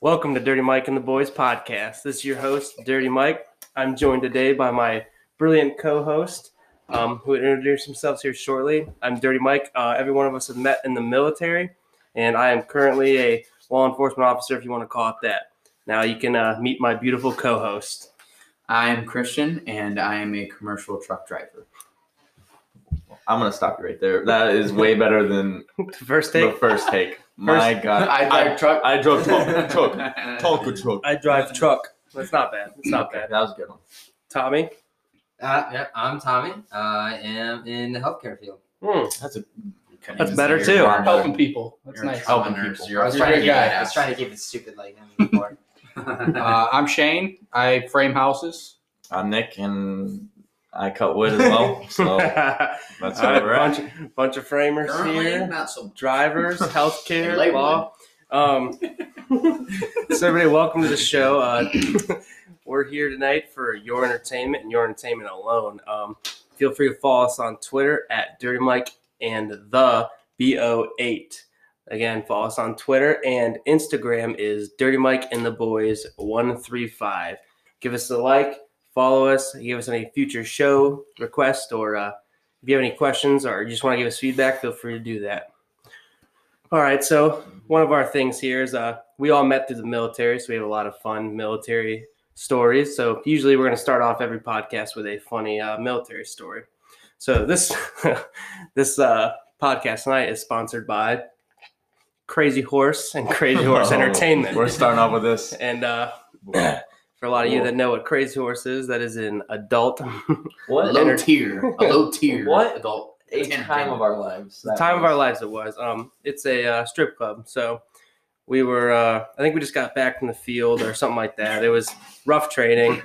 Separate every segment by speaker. Speaker 1: Welcome to Dirty Mike and the Boys podcast. This is your host, Dirty Mike. I'm joined today by my brilliant co host, um, who will introduce themselves here shortly. I'm Dirty Mike. Uh, every one of us have met in the military, and I am currently a law enforcement officer, if you want to call it that. Now you can uh, meet my beautiful co host.
Speaker 2: I am Christian and I am a commercial truck driver.
Speaker 3: I'm gonna stop you right there. That is way better than
Speaker 1: First take,
Speaker 3: the first take. My God,
Speaker 2: I drive truck.
Speaker 3: I drove truck, truck, Tonka truck.
Speaker 1: I drive truck. That's not bad. It's not
Speaker 3: Okay,
Speaker 1: bad.
Speaker 3: that was a good one.
Speaker 1: Tommy?
Speaker 4: Uh, yeah, I'm Tommy. I am in the healthcare field.
Speaker 1: Hmm.
Speaker 3: That's a
Speaker 1: That's better too.
Speaker 5: helping people. That's
Speaker 2: You're
Speaker 5: nice.
Speaker 2: trouble.
Speaker 3: helping
Speaker 2: Nurse,
Speaker 3: people.
Speaker 2: you're-
Speaker 4: I was
Speaker 2: You're
Speaker 4: trying to
Speaker 2: a
Speaker 4: keep
Speaker 2: guy.
Speaker 4: it. I was trying to keep it stupid like him before.
Speaker 5: Uh, I'm Shane. I frame houses.
Speaker 3: I'm Uh, Nick, and I cut wood as well. So that's
Speaker 1: All right,
Speaker 3: how we're at.
Speaker 1: bunch, bunch of framers
Speaker 2: Currently,
Speaker 1: here.
Speaker 2: not so.
Speaker 1: drivers, healthcare,
Speaker 2: Labor.
Speaker 1: law. Um, so everybody, welcome to the show. Uh, we're here tonight for your entertainment and your entertainment alone. Um, feel free to follow us on Twitter at Dirty Mike and the Bo8. Again, follow us on Twitter and Instagram is Dirty Mike and the Boys one three five. Give us a like, follow us, give us any future show requests, or uh, if you have any questions or you just want to give us feedback, feel free to do that. All right, so one of our things here is uh, we all met through the military, so we have a lot of fun military stories. So usually we're going to start off every podcast with a funny uh, military story. So this this uh, podcast tonight is sponsored by Crazy Horse and Crazy Horse
Speaker 3: Oh,
Speaker 1: Entertainment.
Speaker 3: We're starting off with this.
Speaker 1: And uh, for a lot of you that know what Crazy Horse is, that is an adult
Speaker 2: A
Speaker 3: what
Speaker 2: low tier. A low tier.
Speaker 3: What?
Speaker 2: Adult.
Speaker 3: a time of our lives?
Speaker 1: the time of our lives it was um it's a uh, strip club so we were uh, i think we just got back from the field or something like that it was rough training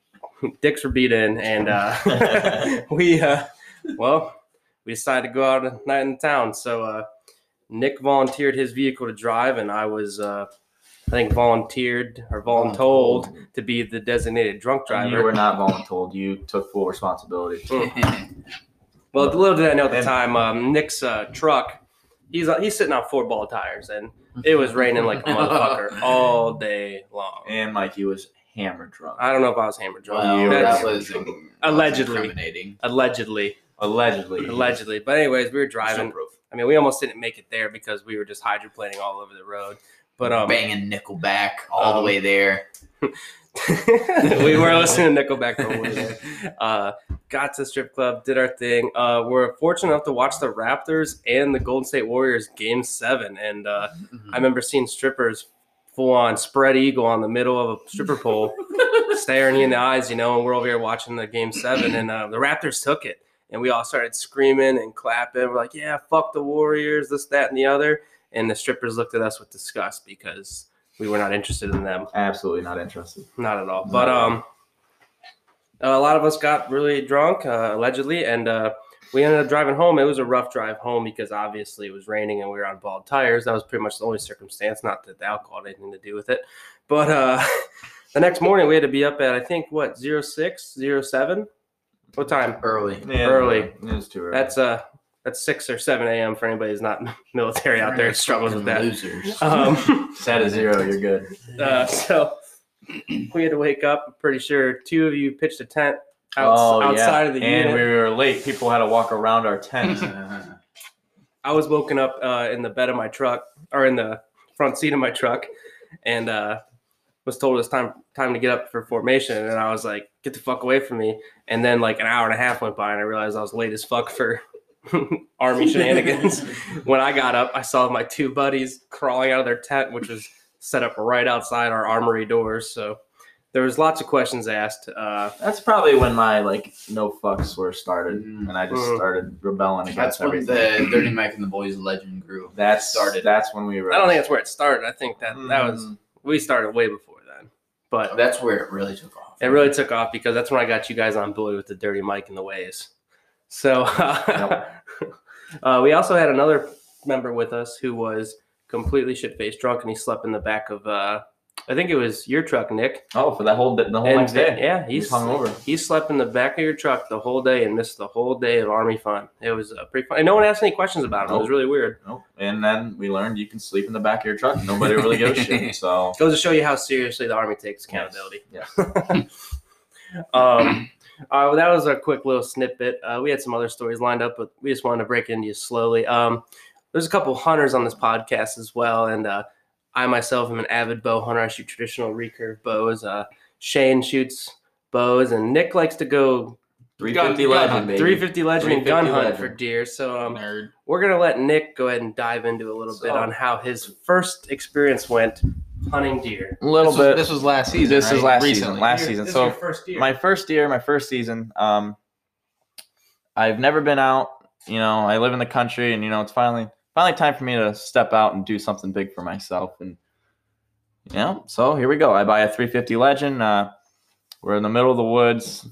Speaker 1: dicks were beat in and uh, we uh, well we decided to go out a night in town so uh, nick volunteered his vehicle to drive and i was uh, i think volunteered or voluntold to be the designated drunk
Speaker 3: And
Speaker 1: driver Mm.
Speaker 3: You were not voluntold. You took full responsibility.
Speaker 1: Well, little did I know at the
Speaker 3: And-
Speaker 1: time, um, Nick's uh, truck, he's uh, he's sitting on four ball tires, and it was raining like a motherfucker all day long.
Speaker 3: And Mikey was hammer drunk.
Speaker 1: I don't know if I was hammered drunk.
Speaker 2: Well,
Speaker 1: That's
Speaker 2: that was
Speaker 1: Allegedly.
Speaker 2: incriminating.
Speaker 1: allegedly,
Speaker 3: Allegedly.
Speaker 1: allegedly. But anyways, we were driving.
Speaker 3: Proof.
Speaker 1: I mean, we almost didn't make it there because we were just hydroplaning all over the road. But um,
Speaker 2: banging Nickelback all
Speaker 1: um,
Speaker 2: the way there.
Speaker 1: we were listening to Nickelback the whole way there. Uh, got to the strip club, did our thing. Uh, we're fortunate enough to watch the Raptors and the Golden State Warriors game seven, and uh, I remember seeing strippers full on spread eagle on the middle of a stripper pole, staring you in the eyes, you know, and we're over here watching the game seven, and uh, the Raptors took it. And we all started screaming and clapping. We're like, yeah, fuck the Warriors, this, that, and the other. And the strippers looked at us with disgust because we were not interested in them.
Speaker 3: Absolutely not interested.
Speaker 1: Not at all.
Speaker 3: Not
Speaker 1: But
Speaker 3: at all.
Speaker 1: um, a lot of us got really drunk, uh, allegedly, and uh, we ended up driving home. It was a rough drive home because obviously it was raining and we were on bald tires. That was pretty much the only circumstance. Not that the alcohol had anything to do with it, but uh, the next morning we had to be up at I think what zero six zero seven. What time?
Speaker 2: Early.
Speaker 3: Yeah,
Speaker 1: Early.
Speaker 3: It was too early.
Speaker 1: That's uh that's six or seven a.m. for anybody who's not military out there and struggles with that.
Speaker 2: Losers.
Speaker 1: Um,
Speaker 3: Set at zero. You're good.
Speaker 1: Uh, so we had to wake up. I'm pretty sure two of you pitched a tent outs-
Speaker 3: Oh, yeah.
Speaker 1: outside of the
Speaker 3: and
Speaker 1: unit.
Speaker 3: we were late. People had to walk around our tent.
Speaker 1: I was woken up uh, in the bed of my truck or in the front seat of my truck, and uh, was told it's time time to get up for formation. And I was like, "Get the fuck away from me!" And then like an hour and a half went by, and I realized I was late as fuck for army shenanigans. when I got up, I saw my two buddies crawling out of their tent, which was set up right outside our armory doors. So there was lots of questions asked. Uh,
Speaker 3: That's probably when my like no fucks were started,
Speaker 2: Mm.
Speaker 3: and I just
Speaker 1: Mm.
Speaker 3: started rebelling against
Speaker 2: That's when the
Speaker 3: everything.
Speaker 2: Dirty Mike and the Boys legend grew.
Speaker 3: That's
Speaker 2: started.
Speaker 3: That's when we were.
Speaker 1: I don't think that's where it started. I think that that was
Speaker 3: Mm.
Speaker 1: we started way before then, but
Speaker 2: That's where it really took off.
Speaker 1: It really took off because that's when I got you guys on board with the dirty mic and the waves. So
Speaker 3: Yep.
Speaker 1: uh, we also had another member with us who was completely shit faced drunk and he slept in the back of uh, I think it was your truck, Nick.
Speaker 3: Oh, for that whole the whole
Speaker 1: And-
Speaker 3: next day.
Speaker 1: Yeah,
Speaker 3: He's
Speaker 1: he's
Speaker 3: hung over.
Speaker 1: he slept in the back of your truck the whole day and missed the whole day of army fun. It was uh, pretty fun, and no one asked any questions about him. It was
Speaker 3: Nope.
Speaker 1: really weird.
Speaker 3: Nope. And then we learned you can sleep in the back of your truck. Nobody really gives a shit. So
Speaker 1: goes to show you how seriously the army takes accountability.
Speaker 3: Yes.
Speaker 1: um, all right, well, that was our quick little snippet. Uh, we had some other stories lined up, but we just wanted to break into you slowly. Um, there's a couple hunters on this podcast as well, and uh, I myself am an avid bow hunter. I shoot traditional recurve bows. Uh, Shane shoots bows, and Nick likes to go
Speaker 3: 350
Speaker 5: Gun- gun
Speaker 3: legend,
Speaker 5: hunt.
Speaker 3: baby.
Speaker 1: 350 legend and gun
Speaker 3: 350
Speaker 1: hunt
Speaker 3: legend.
Speaker 1: for deer. So um,
Speaker 5: Nerd.
Speaker 1: we're gonna let Nick go ahead and dive into a little bit
Speaker 3: So-
Speaker 1: on how his first experience went hunting deer.
Speaker 3: A little
Speaker 5: this
Speaker 3: bit.
Speaker 5: Was, this was last season.
Speaker 3: This is
Speaker 5: right?
Speaker 3: last
Speaker 5: Recently.
Speaker 3: season. Last
Speaker 1: Your-
Speaker 3: season.
Speaker 1: this is
Speaker 3: So
Speaker 1: your first year.
Speaker 3: my first year, my first season. Um, I've never been out. You know, I live in the country, and you know, it's finally finally time for me to step out and do something big for myself. And you know, so here we go. I buy a 350 Legend. Uh, we're in the middle of the woods.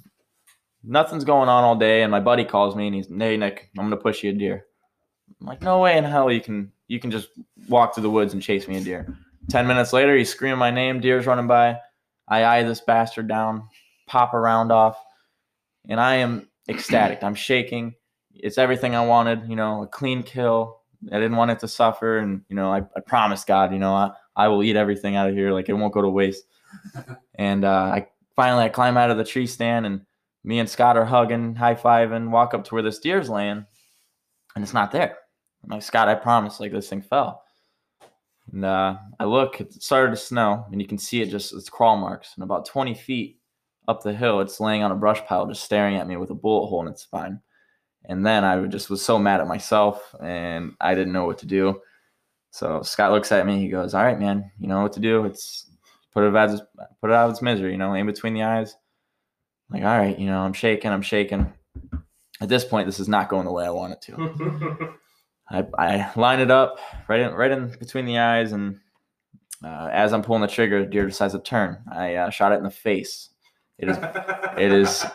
Speaker 3: Nothing's going on all day, and my buddy calls me, and he's, "Hey Nick, I'm gonna push you a deer." I'm like, "No way in hell you can you can just walk through the woods and chase me a deer." Ten minutes later, he's screaming my name. Deer's running by. I eye this bastard down pop a round off, and I am ecstatic. I'm shaking. It's everything I wanted, you know, a clean kill. I didn't want it to suffer, and you know, I, I promised God, you know, I, I will eat everything out of here, like it won't go to waste. and uh, I finally I climb out of the tree stand, and me and Scott are hugging, high fiving, walk up to where this deer's laying, and it's not there. I'm like, Scott, I promise, like this thing fell. And uh, I look, it started to snow, and you can see it just its crawl marks, and about 20 feet up the hill, it's laying on a brush pile, just staring at me with a bullet hole in its spine. And then I would- just was so mad at myself and I didn't know what to do. So Scott looks at me. He goes, "All right, man. You know what to do. It's put it out, put it out of its misery. You know, in between the eyes." like, all right, you know, I'm shaking. I'm shaking. At this point, this is not going the way I want it to. I, I line it up right in, right in between the eyes, and uh, as I'm pulling the trigger, the deer decides to turn. I uh, shot it in the face. It is it is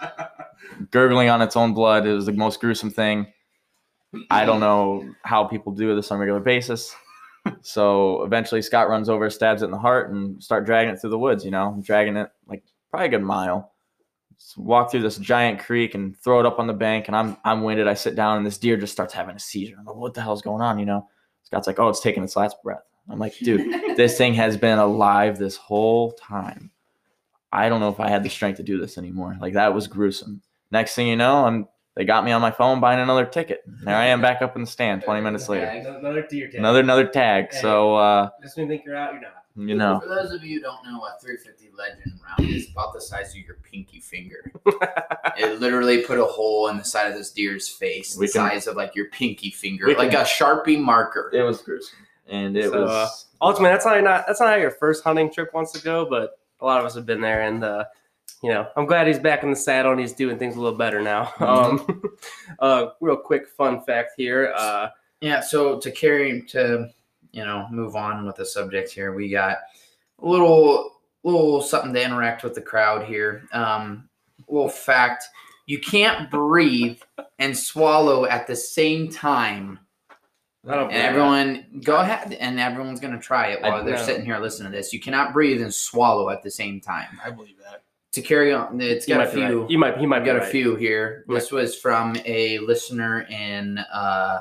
Speaker 3: gurgling on its own blood. It was the most gruesome thing. I don't know how people do this on a regular basis. So eventually, Scott runs over, stabs it in the heart, and start dragging it through the woods. You know, dragging it like probably a good mile. Just walk through this giant creek and throw it up on the bank. And I'm I'm winded. I sit down, and this deer just starts having a seizure. I'm like, what the hell's going on? You know, Scott's like, oh, it's taking its last breath. I'm like, dude, this thing has been alive this whole time. I don't know if I had the strength to do this anymore. Like that was gruesome. Next thing you know, I'm they got me on my phone buying another ticket. There I am back up in the stand 20 minutes later.
Speaker 1: Another deer tag.
Speaker 3: Another another tag. So uh,
Speaker 1: Just when you think you're out, you're not.
Speaker 3: you know.
Speaker 2: For those of you who don't know, a 350 Legend round is about the size of your pinky finger. it literally put a hole in the side of this deer's face,
Speaker 3: We
Speaker 2: the
Speaker 3: can-
Speaker 2: size of like your pinky finger,
Speaker 1: we
Speaker 2: like
Speaker 1: can-
Speaker 2: a Sharpie marker.
Speaker 3: It was gruesome. And it
Speaker 1: So, uh,
Speaker 3: was
Speaker 1: Ultimately, that's not, not that's not how your first hunting trip wants to go, but a lot of us have been there, and uh, you know, I'm glad he's back in the saddle and he's doing things a little better now.
Speaker 2: Mm-hmm.
Speaker 1: Um, uh, real quick fun fact here. Uh,
Speaker 2: Yeah, so to carry to you know move on with the subject here, we got a little little something to interact with the crowd here. Um, little fact: you can't breathe and swallow at the same time.
Speaker 1: I don't
Speaker 2: And everyone, go ahead, and everyone's gonna try it while
Speaker 3: I-
Speaker 2: they're
Speaker 1: no.
Speaker 2: sitting here listening to this. You cannot breathe and swallow at the same time.
Speaker 5: I believe that.
Speaker 2: To carry on, it's
Speaker 1: you
Speaker 2: got a
Speaker 1: might be right.
Speaker 2: few.
Speaker 1: You might. He might
Speaker 2: I've
Speaker 1: be
Speaker 2: got a
Speaker 1: right.
Speaker 2: few here.
Speaker 1: Yeah.
Speaker 2: This was from a listener in uh,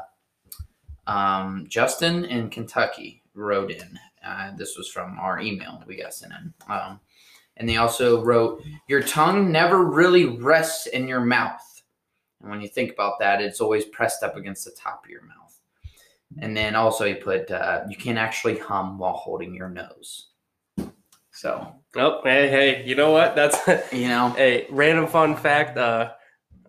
Speaker 2: um, Justin in Kentucky wrote in. Uh, this was from our email we got sent in. Um, and they also wrote, Your tongue never really rests in your mouth. And when you think about that, it's always pressed up against the top of your mouth. And then also he put, uh, You can actually hum while holding your nose. So,
Speaker 1: Oh, hey, hey, you know what? That's
Speaker 2: you know,
Speaker 1: a random fun fact. Uh,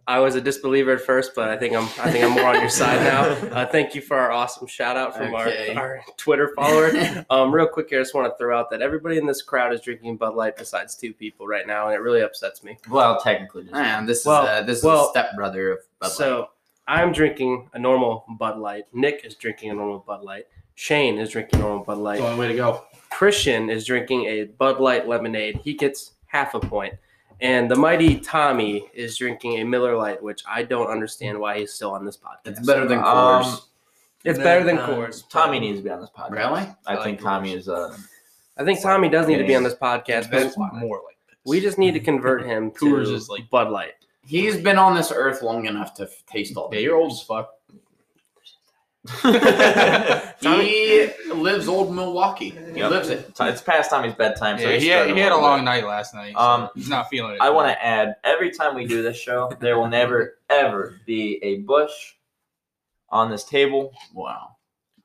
Speaker 1: I was a disbeliever at first, but I think I'm I think I'm more on your side now. Uh, thank you for our awesome shout out from
Speaker 2: Okay.
Speaker 1: our, our Twitter follower. Um, real quick here, I just want to throw out that everybody in this crowd is drinking Bud Light besides two people right now, and it really upsets me.
Speaker 3: well technically just
Speaker 2: Man, this is
Speaker 1: Well-
Speaker 2: uh, this is
Speaker 1: well,
Speaker 2: a stepbrother of Bud Light.
Speaker 1: so I'm drinking a normal Bud Light. Nick is drinking a normal Bud Light. Shane is drinking normal Bud Light.
Speaker 5: That's the only way to go.
Speaker 1: Christian is drinking a Bud Light lemonade. He gets half a point. And the mighty Tommy is drinking a Miller Light, which I don't understand why he's still on this podcast.
Speaker 2: It's better than
Speaker 3: Um,
Speaker 2: Coors.
Speaker 1: It's better than
Speaker 4: Uh,
Speaker 1: Coors.
Speaker 3: Tommy needs to be on this podcast.
Speaker 2: Really?
Speaker 3: I,
Speaker 4: I
Speaker 3: think
Speaker 4: like
Speaker 3: Tommy is uh
Speaker 1: I think Tommy does need to be on this podcast, but
Speaker 6: That's more like this.
Speaker 1: we just need to convert him to
Speaker 6: Coors is like-
Speaker 1: Bud Light.
Speaker 2: He's been on this earth long enough to f- taste all.
Speaker 5: Yeah,
Speaker 2: the
Speaker 5: you're old as fuck.
Speaker 2: He lives old Milwaukee. He
Speaker 3: Yep.
Speaker 2: lives it.
Speaker 3: It's past Tommy's bedtime. So
Speaker 5: Yeah,
Speaker 3: he's
Speaker 5: he had,
Speaker 3: struggling
Speaker 5: he had a
Speaker 3: little
Speaker 5: long
Speaker 3: bit.
Speaker 5: night last night. so
Speaker 3: Um,
Speaker 5: he's not feeling it.
Speaker 3: I want to add every time we do this show, there will never ever be a Bush on this table.
Speaker 2: Wow.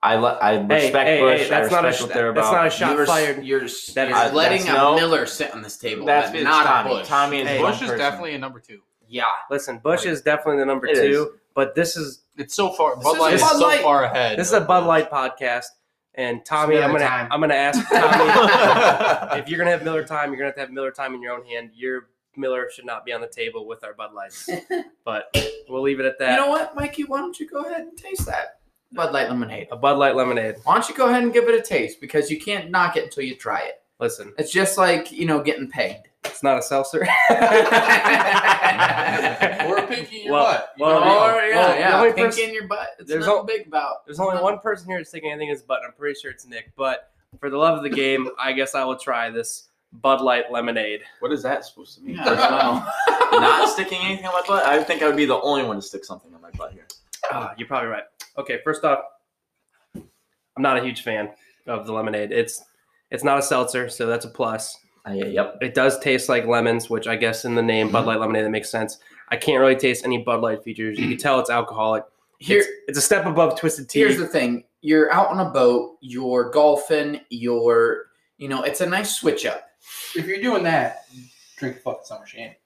Speaker 3: I li- I
Speaker 1: Hey,
Speaker 3: respect
Speaker 1: hey,
Speaker 3: Bush.
Speaker 1: hey,
Speaker 3: I
Speaker 1: that's
Speaker 3: respect
Speaker 1: not a
Speaker 3: what they're
Speaker 1: that's
Speaker 3: about.
Speaker 1: not a shot
Speaker 2: you're, s-
Speaker 1: fired.
Speaker 2: You're, s-
Speaker 1: That is-
Speaker 2: you're letting
Speaker 3: that's
Speaker 2: a
Speaker 3: no-
Speaker 2: Miller sit on this table.
Speaker 3: that's
Speaker 2: but
Speaker 3: it's
Speaker 2: not
Speaker 3: Tommy.
Speaker 2: a Bush.
Speaker 3: Tommy is
Speaker 1: Hey,
Speaker 3: one
Speaker 5: Bush is
Speaker 3: person.
Speaker 5: definitely a number two.
Speaker 2: Yeah.
Speaker 1: Listen, Bush is definitely the number
Speaker 3: It
Speaker 1: two, but this is
Speaker 5: It's so far.
Speaker 2: This
Speaker 5: Bud
Speaker 2: is
Speaker 5: Light is
Speaker 2: Bud
Speaker 5: so
Speaker 2: Light.
Speaker 5: far ahead.
Speaker 1: this is a Bud Light podcast. And Tommy,
Speaker 4: Miller
Speaker 1: I'm gonna
Speaker 4: time.
Speaker 1: I'm gonna ask Tommy
Speaker 3: Tommy.
Speaker 1: if you're gonna have Miller time, you're gonna have to have Miller time in your own hand. Your Miller should not be on the table with our Bud Lights. but we'll leave it at that.
Speaker 2: You know what, Mikey? Why don't you go ahead and taste that Bud Light lemonade?
Speaker 1: a Bud Light lemonade.
Speaker 2: Why don't you go ahead and give it a taste because you can't knock it until you try it.
Speaker 1: Listen,
Speaker 2: It's just like you know getting pegged.
Speaker 1: it's not a seltzer.
Speaker 2: Or
Speaker 6: Or pinky in your
Speaker 1: Well,
Speaker 6: butt. You
Speaker 1: well,
Speaker 6: know what I mean?
Speaker 1: well, the only
Speaker 2: Pinky
Speaker 1: person-
Speaker 2: in your butt. It's
Speaker 1: there's
Speaker 2: nothing
Speaker 1: al-
Speaker 2: big about.
Speaker 1: There's only one person here that's taking anything in his butt, and I'm pretty sure it's Nick. But for the love of the game, I guess I will try this Bud Light lemonade.
Speaker 5: What is that supposed to mean?
Speaker 2: Yeah, I don't know.
Speaker 3: Not sticking anything on my butt. I think I would be the only one to stick something on my butt here.
Speaker 1: Ah, you're probably right. Okay, first off, I'm not a huge fan of the lemonade. It's it's not a seltzer, so that's a plus.
Speaker 3: Uh, yeah, yep. Mm-hmm.
Speaker 1: It does taste like lemons, which I guess in the name Bud Light lemonade that makes sense. I can't really taste any Bud Light features. You can tell it's alcoholic.
Speaker 2: Here,
Speaker 1: it's, it's a step above Twisted Tea.
Speaker 2: here's the thing: you're out on a boat, you're golfing, you're you know, it's a nice switch up.
Speaker 6: If you're doing that, drink a fucking summer shandy.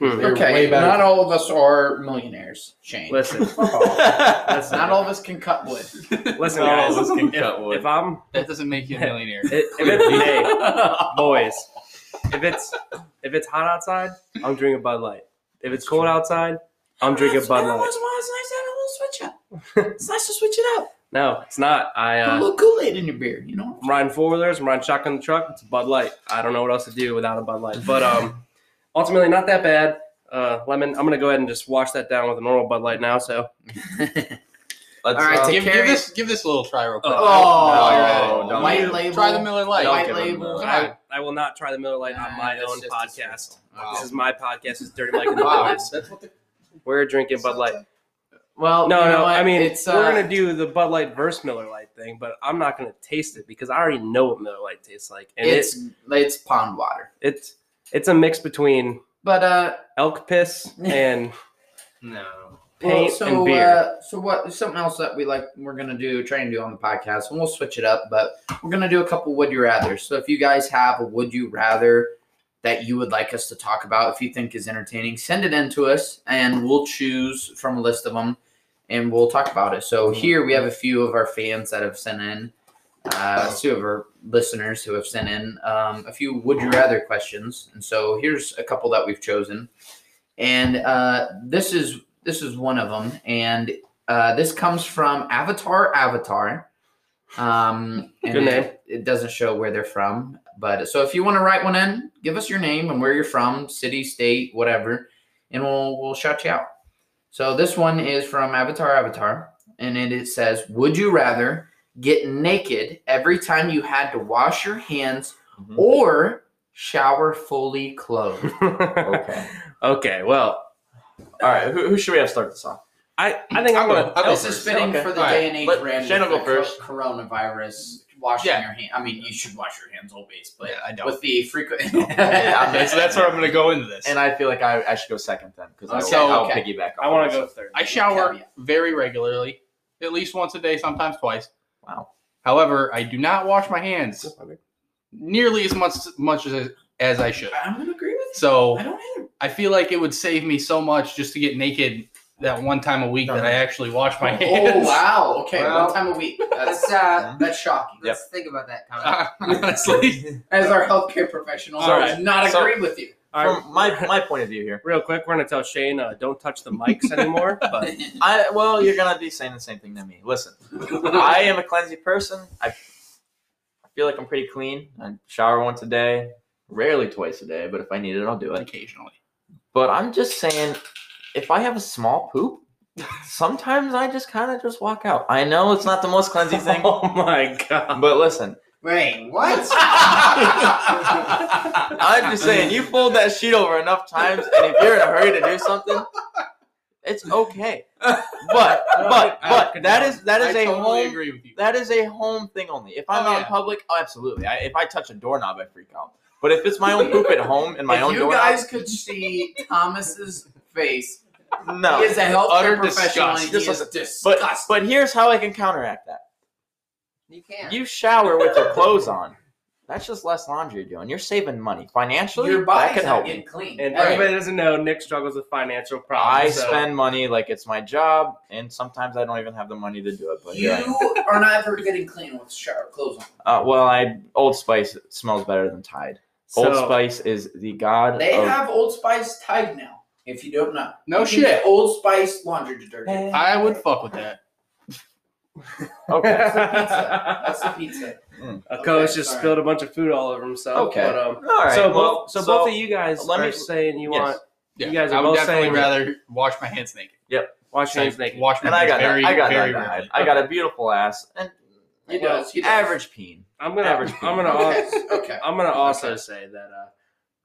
Speaker 1: Hmm.
Speaker 6: They're
Speaker 2: okay,
Speaker 6: way better.
Speaker 2: not all of us are millionaires, Shane.
Speaker 1: Listen,
Speaker 2: That's not all of us can cut wood.
Speaker 1: listen,
Speaker 3: No,
Speaker 1: guys.
Speaker 3: let's
Speaker 1: If,
Speaker 3: get cut wood.
Speaker 1: if I'm
Speaker 5: That doesn't make you a millionaire.
Speaker 1: If if it's hey, boys, if it's if it's hot outside, I'm drinking Bud Light. If it's cold outside, I'm drinking Bud Light.
Speaker 2: It's nice to have a little switch up. It's nice to switch it up.
Speaker 1: No, it's not. I
Speaker 2: Put a
Speaker 1: uh,
Speaker 2: little Kool Aid in your beer, you know.
Speaker 1: I'm riding four wheelers. I'm riding shotgun in the truck. It's Bud Light. I don't know what else to do without a Bud Light. But um, ultimately, not that bad. Uh, lemon. I'm gonna go ahead and just wash that down with a normal Bud Light now. So
Speaker 3: Let's,
Speaker 2: All right,
Speaker 3: uh,
Speaker 2: to
Speaker 5: give, give
Speaker 2: carry-
Speaker 5: this give this a little try real quick.
Speaker 2: Oh,
Speaker 3: no, don't.
Speaker 2: white label.
Speaker 5: Try the Miller Light.
Speaker 3: Don't
Speaker 2: White
Speaker 3: give him
Speaker 2: label.
Speaker 3: that.
Speaker 1: I, I will not try the Miller Light on my
Speaker 2: Nah,
Speaker 1: own
Speaker 2: that's just
Speaker 1: podcast.
Speaker 2: disrespectful.
Speaker 5: Wow.
Speaker 1: This is my podcast. It's Dirty Mike and the
Speaker 5: Wow.
Speaker 1: Boys.
Speaker 6: That's what the
Speaker 1: We're drinking Bud Light.
Speaker 2: Well,
Speaker 1: No,
Speaker 2: you know
Speaker 1: no.
Speaker 2: what?
Speaker 1: I mean,
Speaker 2: it's uh,
Speaker 1: we're gonna do the Bud Light versus Miller Light thing, but I'm not gonna taste it because I already know what Miller Light tastes like, and it's
Speaker 2: it's it's pond water.
Speaker 1: it's it's a mix between
Speaker 2: But uh,
Speaker 1: elk piss and
Speaker 4: No.
Speaker 1: paint
Speaker 2: well, so
Speaker 1: and beer.
Speaker 2: uh, so what? Something else that we like, we're gonna do, try and do on the podcast, and we'll switch it up. But we're gonna do a couple would you rather. So if you guys have a would you rather that you would like us to talk about, if you think is entertaining, send it in to us, and we'll choose from a list of them, and we'll talk about it. So here we have a few of our fans that have sent in. Uh, two of our listeners who have sent in um, a few would you rather questions, and so here's a couple that we've chosen, and uh, this is this is one of them, and uh, this comes from Avatar Avatar. Um, and
Speaker 1: Good name.
Speaker 2: It, it doesn't show where they're from, but so if you want to write one in, give us your name and where you're from, city, state, whatever, and we'll we'll shout you out. So this one is from Avatar Avatar, and it, it says, "Would you rather get naked every time you had to wash your hands
Speaker 1: Mm-hmm.
Speaker 3: Mhm.
Speaker 2: or shower fully clothed?"
Speaker 3: Okay.
Speaker 1: okay. Well,
Speaker 3: All right. Who, who should we have start this off?
Speaker 1: I I think I'm gonna.
Speaker 5: I'll go
Speaker 2: This is
Speaker 5: first.
Speaker 2: fitting
Speaker 3: Okay.
Speaker 2: for the
Speaker 5: All right.
Speaker 2: day and age
Speaker 3: Let
Speaker 2: brand
Speaker 3: Shannon
Speaker 2: with the
Speaker 3: go first.
Speaker 2: co- coronavirus. Washing
Speaker 5: Yeah.
Speaker 2: your hand. I mean, you should wash your hands always, but
Speaker 5: Yeah, I don't.
Speaker 2: with the frequent.
Speaker 5: Okay, so that's where I'm going to go into this.
Speaker 3: And I feel like I, I should go second then because
Speaker 2: Okay,
Speaker 3: I'll,
Speaker 2: okay.
Speaker 3: piggyback.
Speaker 1: I want to go third.
Speaker 5: I shower
Speaker 2: Caveat.
Speaker 5: very regularly, at least once a day, sometimes twice.
Speaker 3: Wow.
Speaker 5: However, I do not wash my hands nearly as much much as as I should.
Speaker 2: I'm gonna agree with you.
Speaker 5: So
Speaker 2: I don't either.
Speaker 5: I feel like it would save me so much just to get naked that one time a week that I actually wash my hands.
Speaker 2: Oh wow! Okay,
Speaker 5: Well-
Speaker 2: one time a week. That's
Speaker 4: Let's, uh,
Speaker 2: that's shocking.
Speaker 3: Yep.
Speaker 4: let's think about that
Speaker 5: Uh,
Speaker 4: comment.
Speaker 5: Honestly,
Speaker 2: As our healthcare professionals,
Speaker 1: All
Speaker 2: I
Speaker 1: right.
Speaker 2: would not
Speaker 3: So-
Speaker 2: agree with you.
Speaker 1: All right,
Speaker 3: From my my point of view here,
Speaker 1: real quick, we're gonna tell Shane, uh, don't touch the mics anymore. But
Speaker 3: I well, you're gonna be saying the same thing to me. Listen, I am a cleansing person. I I feel like I'm pretty clean. I shower once a day, rarely twice a day, but if I need it, I'll do it.
Speaker 5: occasionally.
Speaker 3: But I'm just saying, if I have a small poop, sometimes I just kind of just walk out. I know it's not the most cleansing thing,
Speaker 1: oh my god,
Speaker 3: but listen,
Speaker 4: Wait, what?
Speaker 3: I'm just saying, you fold that sheet over enough times, and if you're in a hurry to do something, it's okay. But but
Speaker 1: I
Speaker 3: but
Speaker 1: don't
Speaker 3: that is that
Speaker 5: I
Speaker 3: is a
Speaker 5: totally
Speaker 3: home
Speaker 5: agree with you.
Speaker 3: that is a home thing only. If I'm
Speaker 5: Oh,
Speaker 3: out in
Speaker 5: yeah.
Speaker 3: public, oh, absolutely. I, if I touch a doorknob, I freak out. But if it's my own poop at home and my
Speaker 2: if
Speaker 3: own
Speaker 2: you
Speaker 3: doorknob,
Speaker 2: guys could see Thomas's face,
Speaker 3: no.
Speaker 2: he is a
Speaker 3: utter
Speaker 2: healthcare professional.
Speaker 3: disgust.
Speaker 2: And he
Speaker 3: Just
Speaker 2: is
Speaker 3: But
Speaker 2: disgusted.
Speaker 3: but here's how I can counteract that.
Speaker 4: you can't.
Speaker 3: You shower with your clothes on. That's just less laundry you're doing. You're saving money financially.
Speaker 2: your
Speaker 3: that
Speaker 2: body's
Speaker 3: can
Speaker 2: not
Speaker 3: help.
Speaker 2: getting
Speaker 3: me.
Speaker 2: clean.
Speaker 1: And
Speaker 2: Right.
Speaker 1: everybody doesn't know Nick struggles with financial problems.
Speaker 3: I
Speaker 1: so-
Speaker 3: spend money like it's my job, and sometimes I don't even have the money to do it. But yeah.
Speaker 2: You are not ever getting clean with shower clothes on.
Speaker 3: Uh, well, I Old Spice smells better than Tide. Old
Speaker 1: so-
Speaker 3: Spice is the god
Speaker 2: They
Speaker 3: of
Speaker 2: have Old Spice Tide now. If you don't know,
Speaker 5: No
Speaker 2: You can get
Speaker 5: shit.
Speaker 2: Old Spice laundry detergent.
Speaker 5: I would fuck with that.
Speaker 3: okay.
Speaker 2: That's the pizza.
Speaker 1: Akosh
Speaker 2: Okay,
Speaker 1: just
Speaker 2: sorry.
Speaker 1: spilled a bunch of food all over himself.
Speaker 3: Okay.
Speaker 1: But, um,
Speaker 3: All right.
Speaker 1: so,
Speaker 3: well,
Speaker 1: both, so, both of you guys
Speaker 3: let me-
Speaker 1: are saying you
Speaker 3: yes.
Speaker 1: want
Speaker 5: Yeah,
Speaker 1: You guys are
Speaker 5: I would
Speaker 1: both
Speaker 5: definitely
Speaker 1: saying-
Speaker 5: rather wash my hands naked.
Speaker 1: wash your hands naked.
Speaker 5: Wash my
Speaker 3: and I
Speaker 5: hands
Speaker 3: got
Speaker 5: very,
Speaker 3: that- I got that
Speaker 5: very
Speaker 3: guy.
Speaker 5: rarely.
Speaker 3: I got a beautiful ass and
Speaker 2: He
Speaker 1: Well,
Speaker 2: does. He does.
Speaker 3: average peen.
Speaker 1: I'm gonna
Speaker 3: Average
Speaker 1: I'm gonna al-
Speaker 2: Okay. okay.
Speaker 1: I'm gonna also say that uh,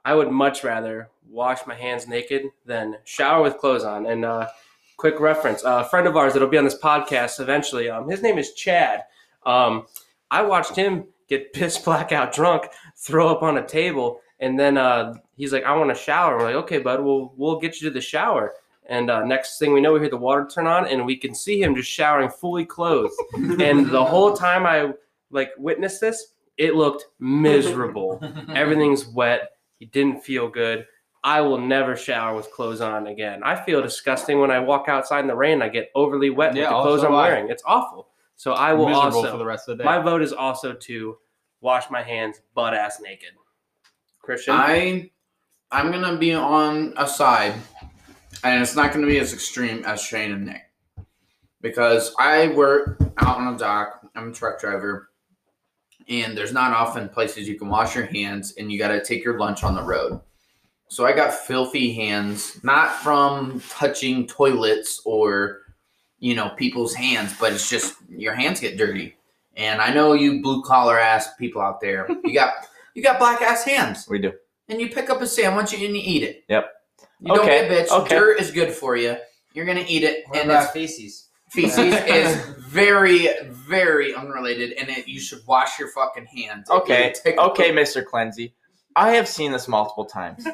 Speaker 1: I would much rather wash my hands naked than shower with clothes on. And uh, quick reference, uh, a friend of ours that'll be on this podcast eventually. Um, his name is Chad. Um, I watched him get pissed blackout drunk, throw up on a table, and then uh, he's like, "I want to shower." We're like, "Okay, bud, we'll we'll get you to the shower." And uh, next thing we know, we hear the water turn on, and we can see him just showering fully clothed. and the whole time I like witnessed this, it looked miserable. Everything's wet. He didn't feel good. I will never shower with clothes on again. I feel disgusting when I walk outside in the rain. I get overly wet
Speaker 5: Yeah,
Speaker 1: with the clothes
Speaker 5: also
Speaker 1: I'm
Speaker 5: I.
Speaker 1: wearing. It's awful. So I will
Speaker 5: miserable
Speaker 1: also.
Speaker 5: for the rest of the day.
Speaker 1: my vote is also to wash my hands butt ass naked. Christian,
Speaker 2: I I'm gonna be on a side, and it's not gonna be as extreme as Shane and Nick, because I work out on a dock. I'm a truck driver, and there's not often places you can wash your hands, and you gotta take your lunch on the road. So I got filthy hands, not from touching toilets or you know people's hands, but it's just your hands get dirty. And I know you blue collar ass people out there, you got you got black ass hands
Speaker 3: We do.
Speaker 2: and you pick up a sandwich and you eat it.
Speaker 3: Yep.
Speaker 2: You don't
Speaker 3: Okay,
Speaker 2: get bitch.
Speaker 3: okay.
Speaker 2: Dirt is good for you. You're gonna eat it,
Speaker 4: What
Speaker 2: and
Speaker 4: about
Speaker 2: its
Speaker 4: feces?
Speaker 2: feces is very, very unrelated. And it, you should wash your fucking hands. if
Speaker 3: Okay,
Speaker 2: you take a
Speaker 3: Okay,
Speaker 2: poop.
Speaker 3: Mister Cleansy, I have seen this multiple times.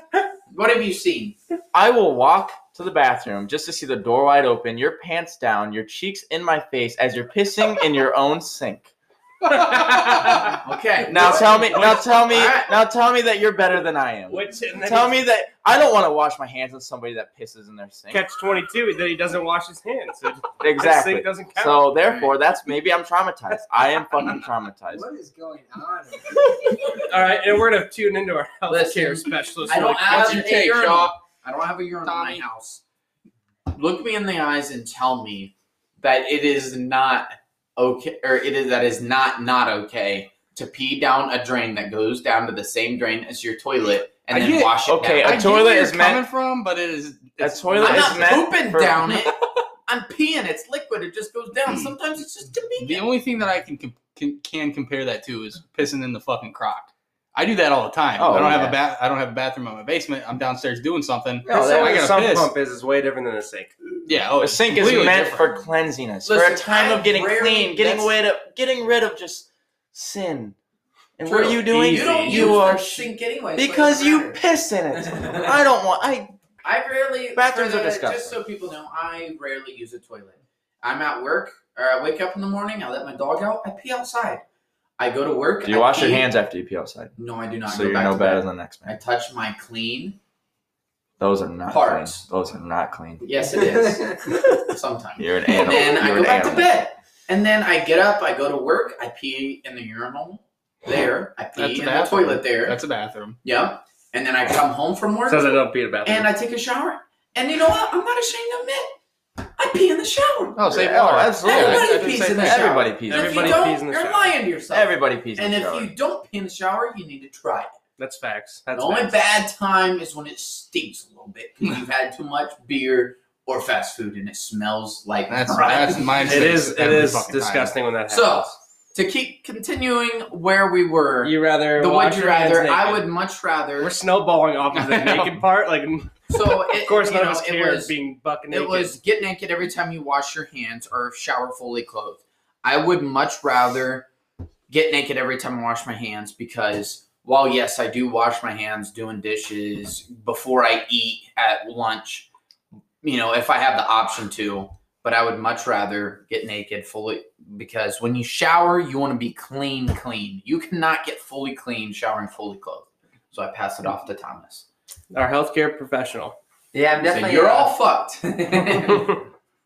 Speaker 2: What have you seen?
Speaker 3: I will walk to the bathroom just to see the door wide open, your pants down, your cheeks in my face as you're pissing in your own sink.
Speaker 2: Okay.
Speaker 3: Now tell me, now tell me,
Speaker 2: All right.
Speaker 3: now tell me that you're better than I am.
Speaker 1: which and then
Speaker 3: Tell
Speaker 1: he-
Speaker 3: me that I don't want to wash my hands on somebody that pisses in their sink.
Speaker 1: catch twenty two that he doesn't wash his hands. So that
Speaker 3: Exactly.
Speaker 1: sink doesn't count.
Speaker 3: So therefore, that's maybe I'm traumatized. I am fucking traumatized.
Speaker 4: What is going on?
Speaker 1: All right, and we're gonna tune into our healthcare
Speaker 2: Listen,
Speaker 1: specialist.
Speaker 2: I don't
Speaker 1: Like,
Speaker 2: have
Speaker 5: What's
Speaker 2: a
Speaker 5: your take,
Speaker 2: urinal.
Speaker 5: Shaw?
Speaker 2: I don't have a urinal
Speaker 5: Tommy.
Speaker 2: in my house. Look me in the eyes and tell me that it is not okay, or it is that is not not okay to pee down a drain that goes down to the same drain as your toilet and
Speaker 5: I
Speaker 2: then
Speaker 5: get-
Speaker 2: wash it.
Speaker 3: okay,
Speaker 2: down.
Speaker 5: I
Speaker 3: a
Speaker 5: get
Speaker 3: toilet
Speaker 5: where
Speaker 3: is
Speaker 5: you're
Speaker 3: meant-
Speaker 5: coming from, but it is
Speaker 3: A
Speaker 5: it's
Speaker 3: toilet
Speaker 2: I'm
Speaker 3: is
Speaker 2: not
Speaker 3: meant
Speaker 2: pooping
Speaker 3: for-
Speaker 2: down it. I'm peeing. It's liquid. It just goes down. Sometimes it's just
Speaker 5: The
Speaker 2: convenient.
Speaker 5: only thing that I can, com- can can compare that to is pissing in the fucking crock. I do that all the time.
Speaker 3: Oh,
Speaker 5: I don't have
Speaker 3: yeah.
Speaker 5: a bath. I don't have a bathroom in my basement. I'm downstairs doing something.
Speaker 2: Oh,
Speaker 1: That's
Speaker 5: so
Speaker 1: what
Speaker 5: Oh, I
Speaker 1: the
Speaker 5: gotta
Speaker 1: sump
Speaker 5: piss.
Speaker 1: pump is is way different than a sink.
Speaker 5: Yeah. Oh,
Speaker 3: A
Speaker 5: it's
Speaker 3: sink is
Speaker 5: completely
Speaker 3: meant
Speaker 5: different.
Speaker 3: for cleansiness, for a
Speaker 2: Listen,
Speaker 3: time
Speaker 2: I
Speaker 3: of getting
Speaker 2: rarely-
Speaker 3: clean, getting
Speaker 2: that's-
Speaker 3: rid of, getting rid of just sin. And what
Speaker 2: True.
Speaker 3: are you doing?
Speaker 2: You don't
Speaker 3: You
Speaker 2: use
Speaker 3: are
Speaker 2: the sink anyway
Speaker 3: because you piss in it. I don't want. I
Speaker 2: I rarely
Speaker 3: Bathrooms
Speaker 2: for
Speaker 3: are
Speaker 2: the-
Speaker 3: disgusting.
Speaker 2: Just so people know, I rarely use a toilet. I'm at work, or I wake up in the morning. I let my dog out. I pee outside. I go to work. I pee.
Speaker 3: after you pee outside,
Speaker 2: No, I do not. go back to bed.
Speaker 3: the next
Speaker 2: I touch my clean.
Speaker 3: Those are not
Speaker 2: Parts.
Speaker 3: Those are not clean.
Speaker 2: Yes, it is. Sometimes.
Speaker 3: You're an
Speaker 2: And then I
Speaker 3: You're
Speaker 2: go
Speaker 3: an
Speaker 2: back to
Speaker 3: animal.
Speaker 2: bed. And then I get up. I go to work. I pee in the urinal there. I
Speaker 5: That's
Speaker 2: pee
Speaker 5: a
Speaker 2: in the
Speaker 5: bathroom.
Speaker 2: toilet there.
Speaker 5: That's a bathroom.
Speaker 2: yeah. And then I come home from work.
Speaker 1: Says I don't pee about
Speaker 2: and I take a shower. And you know what? I'm not ashamed to admit, I pee in the shower.
Speaker 5: Oh, save
Speaker 3: Yeah,
Speaker 5: water.
Speaker 3: absolutely.
Speaker 5: I- I didn't
Speaker 2: Everybody pees
Speaker 5: say
Speaker 2: in the
Speaker 5: that.
Speaker 2: shower.
Speaker 3: Everybody pees.
Speaker 2: And
Speaker 3: in the
Speaker 2: if
Speaker 1: Everybody
Speaker 2: you don't,
Speaker 1: pees in the
Speaker 2: you're
Speaker 1: shower.
Speaker 2: lying to yourself.
Speaker 3: Everybody pees in
Speaker 2: and
Speaker 3: the
Speaker 2: if
Speaker 3: shower.
Speaker 2: you don't pee in the shower, you need to try it.
Speaker 1: That's facts. That's
Speaker 2: the only
Speaker 1: facts.
Speaker 2: bad time is when it stinks a little bit because you've had too much beer or fast food and it smells like
Speaker 5: That's
Speaker 2: crap.
Speaker 5: that's my.
Speaker 1: It is. It
Speaker 5: every
Speaker 1: is
Speaker 5: fucking time.
Speaker 1: disgusting when that happens.
Speaker 2: So, to keep continuing where we were.
Speaker 1: You rather
Speaker 2: the
Speaker 1: wash
Speaker 2: would you
Speaker 1: your hands
Speaker 2: rather?
Speaker 1: naked.
Speaker 2: I would much rather.
Speaker 1: We're snowballing off of the
Speaker 5: I know.
Speaker 1: naked part. Like,
Speaker 2: So it,
Speaker 1: of course,
Speaker 2: you
Speaker 1: none
Speaker 2: know,
Speaker 1: of us
Speaker 2: it
Speaker 1: care
Speaker 2: was-
Speaker 1: being buck naked.
Speaker 2: It was get naked every time you wash your hands or shower fully clothed. I would much rather get naked every time I wash my hands because while yes, I do wash my hands doing dishes before I eat at lunch, you know, if I have the option to, but I would much rather get naked fully because when you shower, you want to be clean, clean. You cannot get fully clean showering fully clothed. So I pass it off to Thomas.
Speaker 1: our healthcare professional.
Speaker 4: Yeah, I'm
Speaker 2: So
Speaker 4: definitely.
Speaker 2: you're
Speaker 4: uh,
Speaker 2: all fucked.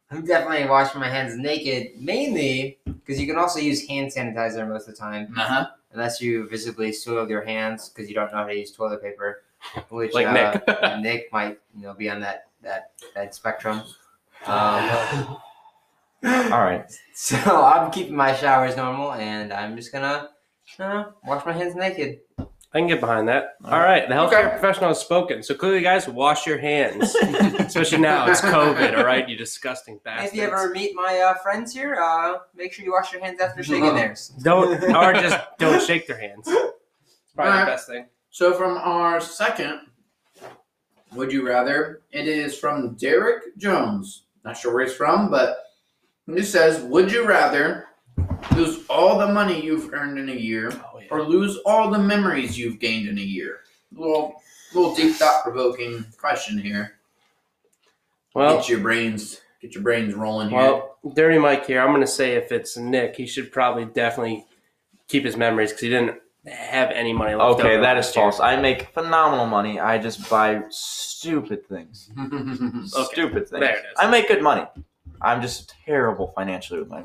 Speaker 4: I'm definitely washing my hands naked, mainly because you can also use hand sanitizer most of the time,
Speaker 2: Uh-huh.
Speaker 4: unless you visibly soiled your hands because you don't know how to use toilet paper, which
Speaker 1: Like
Speaker 4: uh, Nick. might you know be on that that that spectrum. Um,
Speaker 3: All right.
Speaker 4: so I'm keeping my showers normal, and I'm just gonna uh, wash my hands naked.
Speaker 1: I can get behind that.
Speaker 3: All
Speaker 1: All right, the healthcare
Speaker 2: Okay.
Speaker 1: professional has spoken. So clearly, guys, wash your hands, especially now. It's COVID. All right, you disgusting bastards.
Speaker 4: If you ever meet my uh, friends here, uh, make sure you wash your hands after shaking theirs.
Speaker 1: Don't or just don't shake their hands. It's probably
Speaker 2: Alright.
Speaker 1: the best thing.
Speaker 2: So from our second, would you rather? It is from Derek Jones. Not sure where he's from, but he says, "Would you rather lose all the money you've earned in a year,
Speaker 3: Oh,
Speaker 2: or lose all the memories you've gained in a year?" Little, little deep thought provoking question here.
Speaker 1: Well,
Speaker 2: get your brains, get your brains rolling here.
Speaker 1: well, Dirty Mike here. I'm going to say if it's Nick, he should probably definitely keep his memories because he didn't have any money left.
Speaker 3: Okay,
Speaker 1: over
Speaker 3: that is
Speaker 1: last year.
Speaker 3: false. I make phenomenal money. I just buy stupid things. Stupid things.
Speaker 1: there it is.
Speaker 3: I make good money. I'm just terrible financially with my.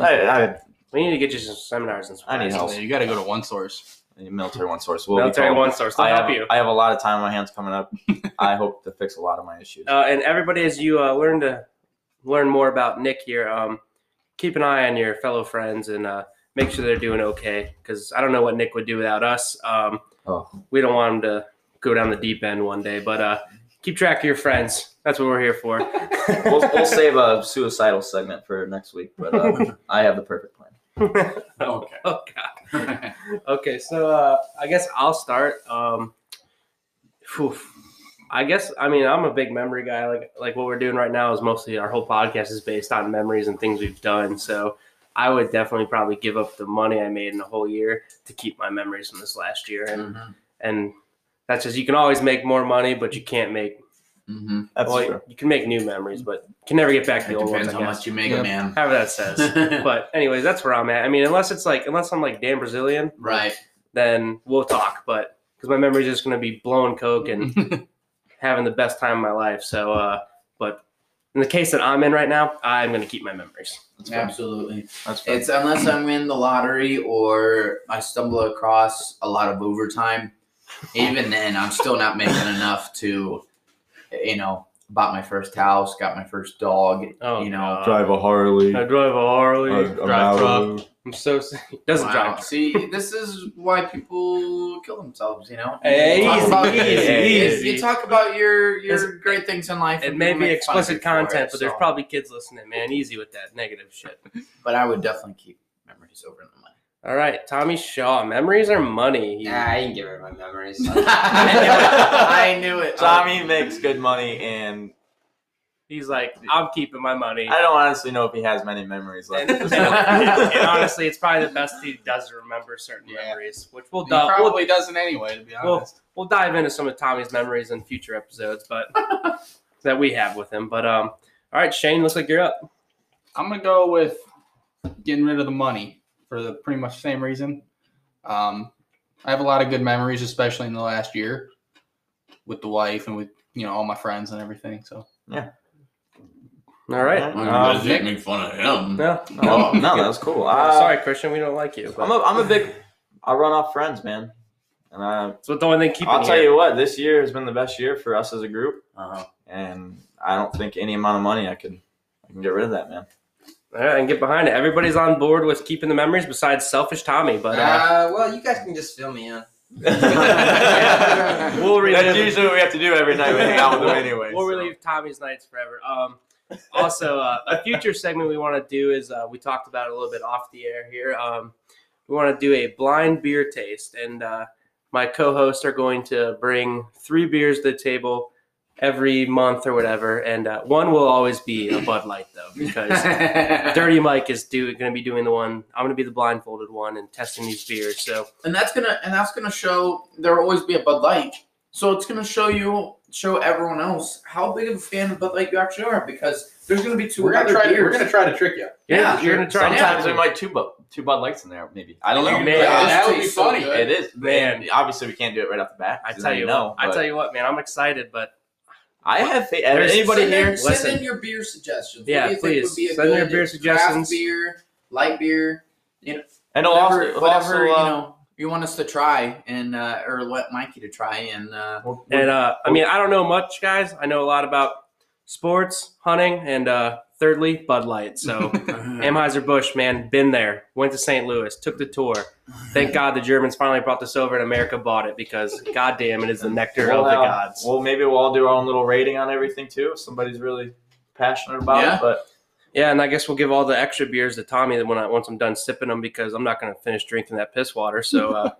Speaker 3: I, I,
Speaker 1: We need to get you some seminars and some
Speaker 3: I need
Speaker 1: classes.
Speaker 3: help.
Speaker 5: You got to go to one source.
Speaker 3: military one source. Will
Speaker 1: Military
Speaker 3: be called.
Speaker 1: one source. I'll
Speaker 3: I
Speaker 1: help
Speaker 3: have,
Speaker 1: you.
Speaker 3: I have a lot of time on my hands coming up. I hope to fix a lot of my issues.
Speaker 1: uh, and everybody, as you uh, learn to learn more about Nick here, um, keep an eye on your fellow friends and uh, make sure they're doing okay. Because I don't know what Nick would do without us. Um,
Speaker 3: Oh.
Speaker 1: We don't want him to go down the deep end one day. But uh, keep track of your friends. That's what we're here for.
Speaker 3: we'll, we'll save a suicidal segment for next week, but uh, I have the perfect plan.
Speaker 5: Okay.
Speaker 1: oh God.
Speaker 2: Mm-hmm.
Speaker 1: Okay, so uh, I guess I'll start. Um, phew. I guess I mean I'm a big memory guy. Like like what we're doing right now is mostly our whole podcast is based on memories and things we've done. So I would definitely probably give up the money I made in a whole year to keep my memories from this last year. And
Speaker 2: Mhm,
Speaker 1: and that's just you can always make more money, but you can't make
Speaker 2: mhm.
Speaker 3: That's
Speaker 1: well,
Speaker 3: true.
Speaker 1: you can make new memories, but you can never get back the
Speaker 2: It
Speaker 1: old ones.
Speaker 2: depends
Speaker 1: I
Speaker 2: how
Speaker 1: guess.
Speaker 2: much you make,
Speaker 3: Yeah.
Speaker 2: man.
Speaker 1: However that says. but anyways, that's where I'm at. I mean, unless it's like unless I'm like damn Brazilian
Speaker 2: right.
Speaker 1: then we'll talk. But because my memory's just going to be blowing coke and
Speaker 2: Mm-hmm.
Speaker 1: having the best time of my life. So, uh, but in the case that I'm in right now, I'm going to keep my memories.
Speaker 3: That's fair.
Speaker 2: Absolutely.
Speaker 3: That's fair.
Speaker 2: It's unless I'm in the lottery or I stumble across a lot of overtime. Even then, I'm still not making enough to, you know, bought my first house, got my first dog.
Speaker 1: Oh,
Speaker 2: You know,
Speaker 1: God.
Speaker 3: a Harley.
Speaker 1: I drive a Harley.
Speaker 5: drive
Speaker 1: I'm so sick. Doesn't
Speaker 2: Wow.
Speaker 1: drive.
Speaker 2: See, this is why people kill themselves. You know.
Speaker 1: Hey,
Speaker 2: You talk
Speaker 1: easy,
Speaker 2: about-
Speaker 1: easy,
Speaker 2: it's-
Speaker 1: easy.
Speaker 2: You talk about your your
Speaker 1: It's-
Speaker 2: great things in life.
Speaker 1: It
Speaker 2: and
Speaker 1: may
Speaker 2: people
Speaker 1: be
Speaker 2: make fun of
Speaker 1: explicit
Speaker 2: you for
Speaker 1: content,
Speaker 2: it,
Speaker 1: but there's
Speaker 2: so-
Speaker 1: probably kids listening, man. Easy with that negative shit.
Speaker 2: But I would definitely keep memories over the money.
Speaker 1: All right, Tommy Shaw. Memories are money. He-
Speaker 4: Nah, I can get rid of my memories.
Speaker 2: I knew it.
Speaker 3: Tommy makes good money, and
Speaker 1: He's like, I'm keeping my money.
Speaker 3: I don't honestly know if he has many memories left.
Speaker 1: And,
Speaker 3: at this
Speaker 1: and- and
Speaker 3: point.
Speaker 1: honestly, it's probably the best he does remember certain
Speaker 5: Yeah.
Speaker 1: memories, which we'll,
Speaker 5: He
Speaker 1: do- we'll
Speaker 5: probably doesn't anyway, to be
Speaker 1: Well-
Speaker 5: honest.
Speaker 1: we'll dive into some of Tommy's memories in future episodes, but that we have with him. But um, all right, Shane, looks like you're up.
Speaker 5: I'm gonna go with getting rid of the money for the pretty much same reason. Um, I have a lot of good memories, especially in the last year, with the wife and with you know all my friends and everything. So
Speaker 1: All right.
Speaker 2: Oh,
Speaker 3: Um,
Speaker 5: guys didn't
Speaker 2: make fun of him.
Speaker 1: No,
Speaker 3: no, Um, no, that was cool. Uh,
Speaker 1: sorry, Christian, we don't like you.
Speaker 3: I'm
Speaker 1: But
Speaker 3: a, I'm a big. I run off friends, man, and I,
Speaker 1: so the only thing keeping
Speaker 3: I'll tell
Speaker 1: here-
Speaker 3: you what. This year has been the best year for us as a group,
Speaker 2: Uh-huh.
Speaker 3: and I don't think any amount of money I could I can get rid of that, man.
Speaker 1: All right, and get behind it. Everybody's on board with keeping the memories, besides selfish Tommy. But uh,
Speaker 4: Uh, well, you guys can just fill me in.
Speaker 1: we'll
Speaker 3: That's
Speaker 1: relive.
Speaker 3: usually what we have to do every night. We hang out with them anyways.
Speaker 1: We'll
Speaker 3: so.
Speaker 1: relive Tommy's nights forever. Um, also, uh, a future segment we want to do is uh, we talked about it a little bit off the air here. Um, we want to do a blind beer taste, and uh, my co-hosts are going to bring three beers to the table every month or whatever, and uh, one will always be a Bud Light though because. Dirty Mike is do going to be doing the one. I'm going to be the blindfolded one and testing these beers. So
Speaker 2: and that's gonna and that's gonna show there will always be a Bud Light. So it's gonna show you show everyone else how big of a fan of Bud Light you actually are because there's gonna be 2
Speaker 5: we're, gonna
Speaker 2: other
Speaker 5: try to,
Speaker 2: beers.
Speaker 5: we're gonna try to trick you.
Speaker 2: Yeah,
Speaker 1: you're going to try.
Speaker 3: Sometimes
Speaker 1: it.
Speaker 3: we might two Bud, two Bud Lights in there, maybe. I don't know.
Speaker 1: Man,
Speaker 5: Yeah, that would be
Speaker 2: tastes so
Speaker 5: funny.
Speaker 2: good.
Speaker 3: It is,
Speaker 1: Man.
Speaker 3: man. Obviously, we can't do it right off the bat.
Speaker 1: I
Speaker 3: 'cause
Speaker 1: tell
Speaker 3: then
Speaker 1: you,
Speaker 3: no.
Speaker 1: I
Speaker 3: but
Speaker 1: tell you what, man, I'm excited, but
Speaker 3: I have faith.
Speaker 1: There's-
Speaker 3: Anybody
Speaker 2: send in-
Speaker 3: here?
Speaker 2: Send
Speaker 1: Listen.
Speaker 2: in your beer suggestions.
Speaker 1: Yeah,
Speaker 2: what do you
Speaker 1: please.
Speaker 2: Think would be a
Speaker 1: Send in your
Speaker 2: good
Speaker 1: beer suggestions.
Speaker 2: Craft beer, light beer,
Speaker 3: And it'll
Speaker 2: whatever,
Speaker 3: also,
Speaker 2: whatever
Speaker 3: also, uh,
Speaker 2: you know you want us to try, and uh, or let Mikey to try, and uh,
Speaker 1: and uh, I mean, I don't know much, guys. I know a lot about sports, hunting, and uh, thirdly, Bud Light. So Anheuser Busch, man, been there, went to St. Louis, took the tour. Thank God the Germans finally brought this over and America bought it because, goddamn, it is the nectar of
Speaker 3: Well,
Speaker 1: the
Speaker 3: uh,
Speaker 1: gods.
Speaker 3: Well, maybe we'll all do our own little rating on everything too. If somebody's really passionate about
Speaker 2: Yeah.
Speaker 3: it, but
Speaker 1: Yeah, and I guess we'll give all the extra beers to Tommy when I once I'm done sipping them because I'm not going to finish drinking that piss water. So, uh,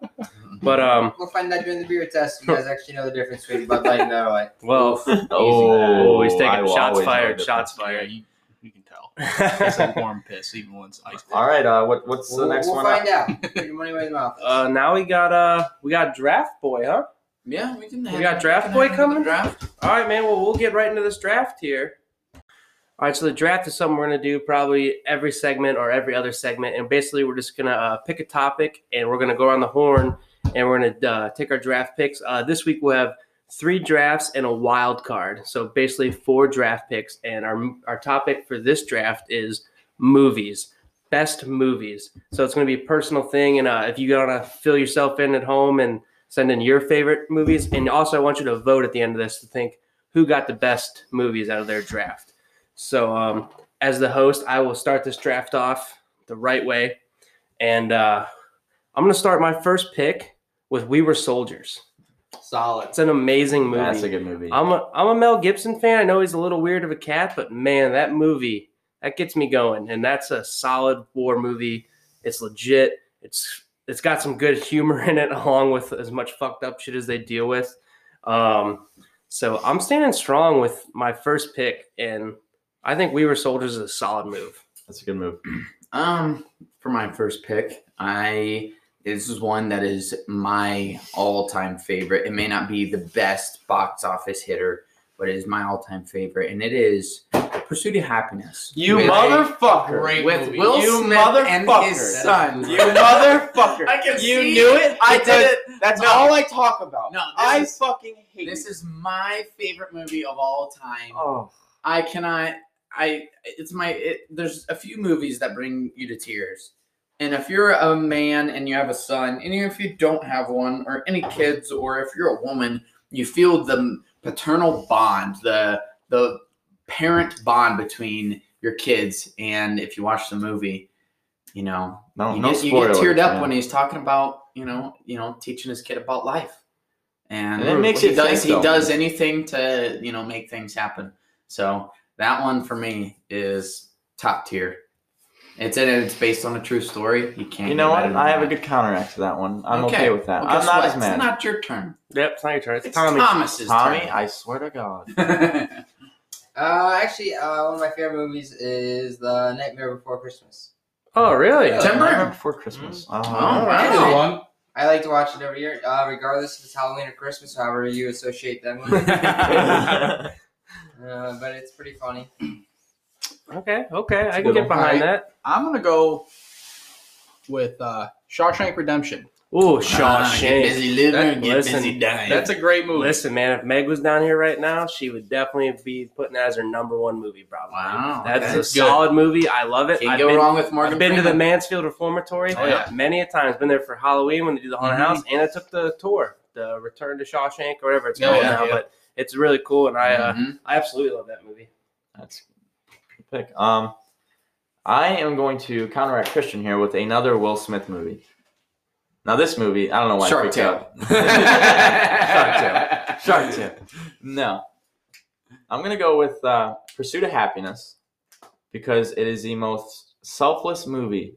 Speaker 1: but um,
Speaker 4: We'll find out during the beer test. if You guys actually know the difference between Bud Light and Miller Lite.
Speaker 1: well,
Speaker 3: oh,
Speaker 1: he's
Speaker 3: I
Speaker 1: taking
Speaker 3: will
Speaker 1: shots
Speaker 3: always know
Speaker 1: fired,
Speaker 3: the
Speaker 1: shots
Speaker 5: Yeah,
Speaker 1: fired.
Speaker 5: you, you can tell. It's a
Speaker 1: uh,
Speaker 5: warm piss, even when it's ice.
Speaker 3: difference. All right, uh, what, what's
Speaker 4: we'll,
Speaker 3: the next
Speaker 4: we'll
Speaker 3: one? up?
Speaker 4: find out. Put your money where your mouth is.
Speaker 1: uh, now we got uh, we got Draft Boy, huh?
Speaker 2: yeah, we can.
Speaker 1: We
Speaker 2: have-
Speaker 1: got draft
Speaker 2: can
Speaker 1: boy
Speaker 2: have another
Speaker 1: coming?
Speaker 2: Draft.
Speaker 1: All right, man. Well, we'll get right into this draft here. All right, so the draft is something we're gonna do probably every segment or every other segment, and basically we're just gonna uh, pick a topic and we're gonna go around the horn and we're gonna uh, take our draft picks. Uh, this week we'll have three drafts and a wild card, so basically four draft picks. And our our topic for this draft is movies, best movies. So it's gonna be a personal thing, and uh, if you wanna fill yourself in at home and send in your favorite movies. And also, I want you to vote at the end of this to think who got the best movies out of their draft. So, um, as the host, I will start this draft off the right way. And uh, I'm going to start my first pick with We Were Soldiers.
Speaker 5: Solid.
Speaker 1: It's an amazing movie.
Speaker 3: That's a good movie.
Speaker 1: I'm a, I'm a Mel Gibson fan. I know he's a little weird of a cat, but man, that movie that gets me going. And that's a solid war movie. It's legit. It's it's got some good humor in it, along with as much fucked up shit as they deal with. Um, so I'm standing strong with my first pick, and I think We Were Soldiers is a solid move.
Speaker 3: That's a good move.
Speaker 2: Um, for my first pick, I this is one that is my all-time favorite. It may not be the best box office hitter, but it is my all-time favorite, and it is Pursuit of Happiness.
Speaker 3: You
Speaker 2: With-
Speaker 3: motherfucker!
Speaker 5: Great
Speaker 2: with
Speaker 5: movie.
Speaker 2: Will
Speaker 3: You
Speaker 2: Smith and his
Speaker 3: motherfucker.
Speaker 2: son.
Speaker 3: You motherfucker!
Speaker 2: I can
Speaker 3: you
Speaker 2: see
Speaker 3: knew it. I
Speaker 2: it
Speaker 3: did
Speaker 2: does-
Speaker 3: it. That's
Speaker 2: No.
Speaker 3: all I talk about.
Speaker 2: No, this
Speaker 3: I
Speaker 2: is-
Speaker 3: fucking hate
Speaker 2: This
Speaker 3: it.
Speaker 2: is my favorite movie of all time.
Speaker 3: Oh,
Speaker 2: I cannot. I it's my. It, there's a few movies that bring you to tears, and if you're a man and you have a son, and even if you don't have one or any kids, or if you're a woman, you feel the paternal bond, the the parent bond between your kids. And if you watch the movie, you know
Speaker 3: no,
Speaker 2: you,
Speaker 3: Oh, no
Speaker 2: get, you get
Speaker 3: spoilers,
Speaker 2: teared up
Speaker 3: man.
Speaker 2: when he's talking about you know you know teaching his kid about life, and,
Speaker 3: And it makes
Speaker 2: he
Speaker 3: you
Speaker 2: does
Speaker 3: think,
Speaker 2: he
Speaker 3: though.
Speaker 2: does anything to you know make things happen. So that one for me is top tier. It's in it's based on a true story. You can't.
Speaker 3: You know
Speaker 2: get
Speaker 3: what?
Speaker 2: better than
Speaker 3: I have a
Speaker 2: that.
Speaker 3: good counteract to that one. I'm okay, with that.
Speaker 2: Well,
Speaker 3: I'm
Speaker 2: guess
Speaker 3: not
Speaker 2: what?
Speaker 3: as mad.
Speaker 2: It's not your turn.
Speaker 1: Yep, it's not your turn. It's
Speaker 2: It's
Speaker 1: Tommy.
Speaker 2: Thomas's
Speaker 3: Tommy,
Speaker 2: turn.
Speaker 3: I swear to God.
Speaker 4: Uh, actually, uh, one of my favorite movies is The Nightmare Before Christmas.
Speaker 1: Oh, really?
Speaker 2: Tim Burton.
Speaker 3: Remember Before Christmas. Oh,
Speaker 2: All
Speaker 5: That's
Speaker 2: right.
Speaker 5: a good one.
Speaker 4: I like to watch it every year, uh, regardless if it's Halloween or Christmas, however you associate them. with it. uh, but it's pretty funny.
Speaker 1: Okay, okay, I can
Speaker 5: good
Speaker 1: get
Speaker 5: one.
Speaker 1: behind
Speaker 5: Alright.
Speaker 1: that.
Speaker 5: I'm gonna go with uh, Shawshank Redemption.
Speaker 1: Ooh,
Speaker 2: Ah, get
Speaker 1: Shawshank.
Speaker 2: busy living,
Speaker 5: That-
Speaker 2: get
Speaker 1: listen,
Speaker 2: busy dying.
Speaker 5: That's a great movie.
Speaker 1: Listen, man, if Meg was down here right now, she would definitely be putting that as her number one movie, probably.
Speaker 2: Wow,
Speaker 1: that's,
Speaker 2: that's
Speaker 1: a
Speaker 5: good.
Speaker 1: solid movie. I love it.
Speaker 2: Can't
Speaker 1: I've
Speaker 2: go
Speaker 1: been,
Speaker 2: wrong with Morgan.
Speaker 1: I've been to the
Speaker 2: Freeman.
Speaker 1: Mansfield Reformatory
Speaker 5: Oh, yeah.
Speaker 1: many a times. Been there for Halloween when they do the haunted
Speaker 5: Mhm.
Speaker 1: house, and I took the tour, the Return to Shawshank or whatever it's
Speaker 5: Oh,
Speaker 1: called
Speaker 5: yeah,
Speaker 1: now.
Speaker 5: yeah.
Speaker 1: But it's really cool, and I uh,
Speaker 2: Mhm.
Speaker 1: I absolutely love that movie.
Speaker 3: That's a good pick. Um, I am going to counteract Christian here with another Will Smith movie. Now this movie, I don't know why. I
Speaker 2: Shark
Speaker 3: freaked
Speaker 2: Tale.
Speaker 3: out. Shark Tale. Shark Tale. No. I'm gonna go with uh, Pursuit of Happiness because it is the most selfless movie.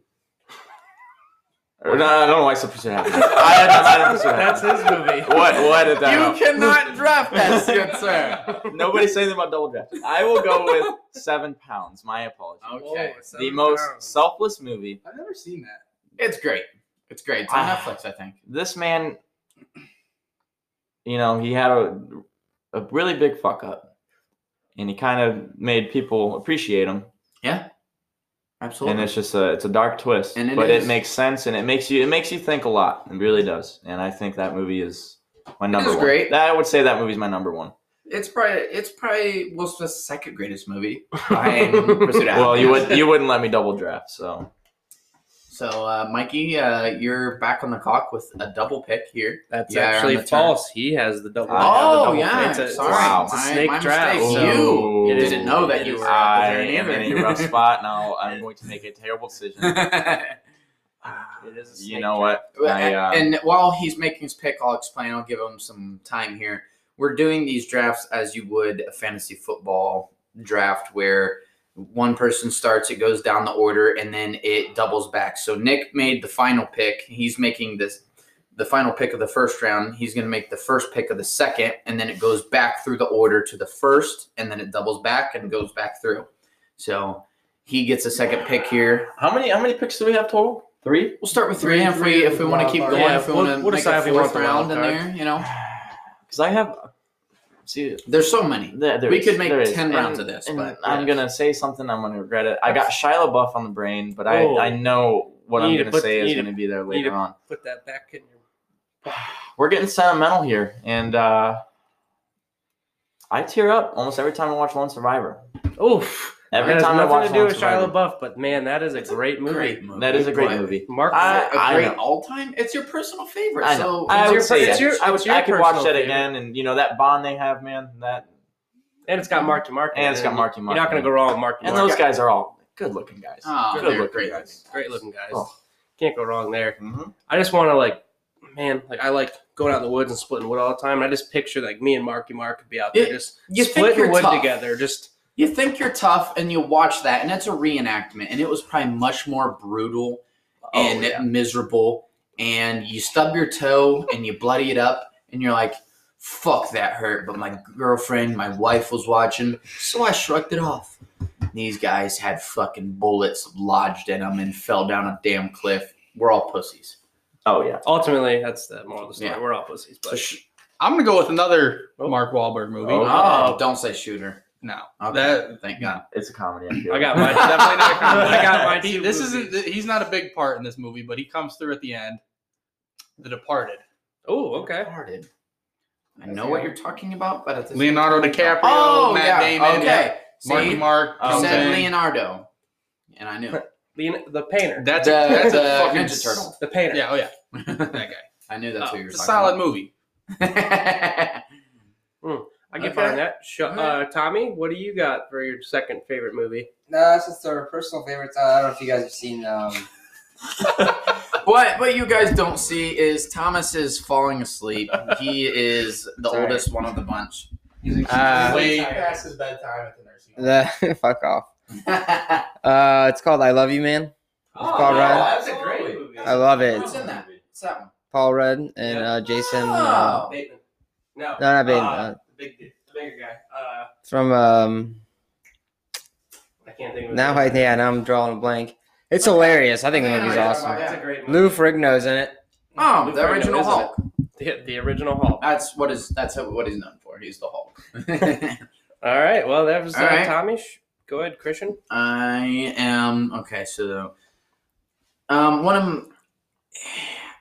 Speaker 3: Or, no, I don't know why I said Pursuit of Happiness. I had not I had Pursuit of
Speaker 1: That's
Speaker 3: Happiness.
Speaker 1: his movie.
Speaker 3: What? What did that? uh,
Speaker 2: You cannot draft that, good sir.
Speaker 3: Nobody say anything about double draft. I will go with Seven Pounds. My apologies.
Speaker 2: Okay.
Speaker 1: Whoa, seven
Speaker 3: the most
Speaker 1: pounds.
Speaker 3: selfless movie.
Speaker 6: I've never seen that.
Speaker 2: It's great. It's great. It's on Netflix, I think.
Speaker 3: This man, you know, he had a a really big fuck up, and he kind of made people appreciate him.
Speaker 2: Absolutely.
Speaker 3: And it's just a it's a dark twist,
Speaker 2: And it
Speaker 3: but
Speaker 2: is.
Speaker 3: it makes sense and it makes you it makes you think a lot. It really does. And I think that movie is my number
Speaker 2: is
Speaker 3: one.
Speaker 2: great.
Speaker 3: That- I would say that movie's my number one.
Speaker 2: It's probably it's probably Will Smith's second greatest movie behind Pursuit of
Speaker 3: Well, you
Speaker 2: Happiness.
Speaker 3: would you wouldn't let me double draft, so
Speaker 2: So, uh, Mikey, uh, you're back on the clock with a double pick here.
Speaker 1: That's
Speaker 2: Yeah,
Speaker 1: actually
Speaker 2: around the turn.
Speaker 1: false. He has the double.
Speaker 3: Oh,
Speaker 1: I have the double
Speaker 2: yeah,
Speaker 1: face. It's a,
Speaker 2: sorry.
Speaker 1: It's a
Speaker 2: My-
Speaker 1: snake
Speaker 2: my
Speaker 1: draft.
Speaker 2: mistake.
Speaker 1: so
Speaker 2: You
Speaker 1: it is-
Speaker 2: didn't know that
Speaker 1: it
Speaker 2: you
Speaker 1: is-
Speaker 2: were out
Speaker 3: I
Speaker 2: there
Speaker 3: am
Speaker 2: either.
Speaker 3: in a rough spot now. I'm going to make a terrible decision.
Speaker 1: It is a snake
Speaker 3: You know
Speaker 1: draft.
Speaker 3: what? I, uh,
Speaker 2: and while he's making his pick, I'll explain. I'll give him some time here. We're doing these drafts as you would a fantasy football draft, where one person starts, it goes down the order, and then it doubles back. So Nick made the final pick. He's making this the final pick of the first round. He's going to make the first pick of the second, and then it goes back through the order to the first, and then it doubles back and goes back through. So he gets a second pick here.
Speaker 3: How many how many picks do we have total? Three?
Speaker 2: We'll start with three,
Speaker 6: Three,
Speaker 2: if
Speaker 6: three
Speaker 2: we
Speaker 6: is
Speaker 2: if we want to
Speaker 6: wild
Speaker 2: keep
Speaker 6: card.
Speaker 2: going.
Speaker 1: Yeah,
Speaker 2: if we
Speaker 1: we'll-
Speaker 2: want to
Speaker 1: we'll
Speaker 2: make
Speaker 1: decide
Speaker 2: a
Speaker 1: if we want
Speaker 2: fourth
Speaker 1: the wild
Speaker 2: round in
Speaker 1: card.
Speaker 2: there, you know,
Speaker 3: Because I have see
Speaker 2: there's so many.
Speaker 3: there, there
Speaker 2: We
Speaker 3: is-
Speaker 2: could make
Speaker 3: there is.
Speaker 2: 10 rounds
Speaker 3: And-
Speaker 2: of this,
Speaker 3: and
Speaker 2: but-
Speaker 3: I'm gonna say something. I'm gonna regret it. I got Shia LaBeouf on the brain, but I,
Speaker 1: Whoa.
Speaker 3: I know what
Speaker 1: Oh. You
Speaker 3: I'm
Speaker 1: need to
Speaker 3: gonna
Speaker 1: put-
Speaker 3: say
Speaker 1: you
Speaker 3: is
Speaker 1: need to-
Speaker 3: gonna be there
Speaker 1: you need
Speaker 3: later
Speaker 1: to-
Speaker 3: on.
Speaker 1: Put that back in your.
Speaker 3: We're getting sentimental here, and uh, I tear up almost every time I watch Lone Survivor.
Speaker 1: Oof.
Speaker 3: Every
Speaker 1: that has
Speaker 3: time I
Speaker 1: nothing
Speaker 3: watch
Speaker 1: to do
Speaker 3: Lone
Speaker 1: with Shia
Speaker 3: Survivor.
Speaker 1: LaBeouf, but man, that is a great movie.
Speaker 2: movie.
Speaker 3: That is a great
Speaker 2: But
Speaker 3: movie.
Speaker 1: Mark,
Speaker 3: I-
Speaker 2: a
Speaker 3: I
Speaker 2: great
Speaker 3: know.
Speaker 2: all time. It's your personal favorite.
Speaker 3: I
Speaker 2: So
Speaker 3: know. I
Speaker 1: it's
Speaker 3: would
Speaker 1: your-
Speaker 3: say
Speaker 1: it's
Speaker 3: that.
Speaker 1: your-
Speaker 3: I, would,
Speaker 1: it's your
Speaker 3: I could watch
Speaker 1: personal
Speaker 3: that
Speaker 1: favorite.
Speaker 3: again, and you know that bond they have, man. That
Speaker 1: and it's got Marky Mark. in
Speaker 3: and it's
Speaker 1: it.
Speaker 3: got Marky Mark.
Speaker 1: You're not going to go wrong with Marky
Speaker 3: And
Speaker 1: Mark.
Speaker 3: those guys are all good-looking guys.
Speaker 2: Oh,
Speaker 3: Good
Speaker 2: they're
Speaker 3: looking
Speaker 2: great.
Speaker 3: guys.
Speaker 1: great looking guys.
Speaker 3: Oh.
Speaker 1: Can't go wrong there.
Speaker 3: Mm-hmm.
Speaker 1: I just want to like, man, like I like going out in the woods and splitting wood all the time. And I just picture like me and Marky Mark could be out there
Speaker 2: Yeah,
Speaker 1: just
Speaker 2: you think
Speaker 1: splitting
Speaker 2: you're
Speaker 1: wood
Speaker 2: tough.
Speaker 1: together. Just
Speaker 2: You think you're tough, and you watch that, and it's a reenactment, and it was probably much more brutal and miserable. And you stub your toe, and you bloody it up, and you're like, "Fuck that hurt." But my girlfriend, my wife was watching, so I shrugged it off. These guys had fucking bullets lodged in them and fell down a damn cliff. We're all pussies.
Speaker 3: Oh yeah.
Speaker 1: ultimately, that's the moral of the story.
Speaker 2: Yeah.
Speaker 1: We're all pussies.
Speaker 2: So
Speaker 1: But
Speaker 2: sh-
Speaker 5: I'm gonna go with another Mark Wahlberg movie.
Speaker 3: Oh.
Speaker 2: oh, don't say shooter.
Speaker 5: No,
Speaker 2: Okay.
Speaker 5: That-
Speaker 2: thank God.
Speaker 3: It's a comedy. I, feel.
Speaker 1: I got mine.
Speaker 5: definitely not. a comedy.
Speaker 1: I got mine.
Speaker 5: He-
Speaker 1: Two
Speaker 5: this
Speaker 1: movies.
Speaker 5: isn't. th- He's not a big part in this movie, but he comes through at the end. The Departed.
Speaker 1: oh, okay.
Speaker 2: Departed. I know what you're talking about, but at the
Speaker 5: Leonardo
Speaker 2: same time-
Speaker 5: DiCaprio,
Speaker 2: Oh,
Speaker 5: Matt
Speaker 2: yeah.
Speaker 5: Damon,
Speaker 2: Okay. See,
Speaker 5: Marky Mark.
Speaker 2: you
Speaker 3: Um,
Speaker 5: comes
Speaker 2: said
Speaker 5: in.
Speaker 2: Leonardo, and I knew.
Speaker 1: Leon, the painter.
Speaker 5: That's a,
Speaker 2: The-
Speaker 5: that's
Speaker 2: the
Speaker 5: a fucking
Speaker 2: Ninja
Speaker 5: s-
Speaker 2: Turtle.
Speaker 1: the painter.
Speaker 5: Yeah, oh yeah, that guy.
Speaker 2: I knew that's
Speaker 5: Oh,
Speaker 2: who you were
Speaker 5: it's
Speaker 2: talking
Speaker 5: a solid
Speaker 2: about.
Speaker 5: movie.
Speaker 1: I get
Speaker 2: Okay.
Speaker 1: behind that. Sh- uh,
Speaker 2: Alright.
Speaker 1: Tommy, what do you got for your second favorite movie?
Speaker 4: No, that's just our personal favorites. Uh, I don't know if you guys have seen. Um,
Speaker 2: what what you guys don't see is Thomas is falling asleep. He is the
Speaker 4: Sorry.
Speaker 2: oldest one of the bunch.
Speaker 4: Uh,
Speaker 5: Wait.
Speaker 6: past his bedtime at the nursing home.
Speaker 4: the fuck off.
Speaker 2: What's
Speaker 4: Uh, it's called "I Love You, Man."
Speaker 1: Oh,
Speaker 4: Paul
Speaker 2: yeah,
Speaker 4: Rudd.
Speaker 2: that's a great
Speaker 6: movie.
Speaker 4: I love it.
Speaker 2: Who's in that? What's that one?
Speaker 4: Paul Rudd and uh, Jason. Uh,
Speaker 2: Oh.
Speaker 1: Bateman. No.
Speaker 4: no, not Bateman.
Speaker 1: Uh,
Speaker 4: Uh,
Speaker 1: the big dude, the bigger guy. Uh,
Speaker 4: from um,
Speaker 1: I can't think of his
Speaker 4: now
Speaker 1: name.
Speaker 4: I yeah now I'm drawing a blank. It's hilarious. I think the
Speaker 2: Yeah,
Speaker 4: movie's
Speaker 2: yeah,
Speaker 4: awesome.
Speaker 2: yeah.
Speaker 1: It's a great movie.
Speaker 4: Lou Ferrigno's in it.
Speaker 2: Oh,
Speaker 1: Lou
Speaker 2: the
Speaker 1: Ferrigno,
Speaker 2: original
Speaker 1: isn't
Speaker 2: Hulk.
Speaker 1: The, the original Hulk.
Speaker 2: That's what is that's what he's known for. He's the Hulk.
Speaker 1: All right. Well, that was uh,
Speaker 2: All right.
Speaker 1: Tommy. Sh- Go ahead, Christian.
Speaker 2: I am okay. So, um, one of 'em-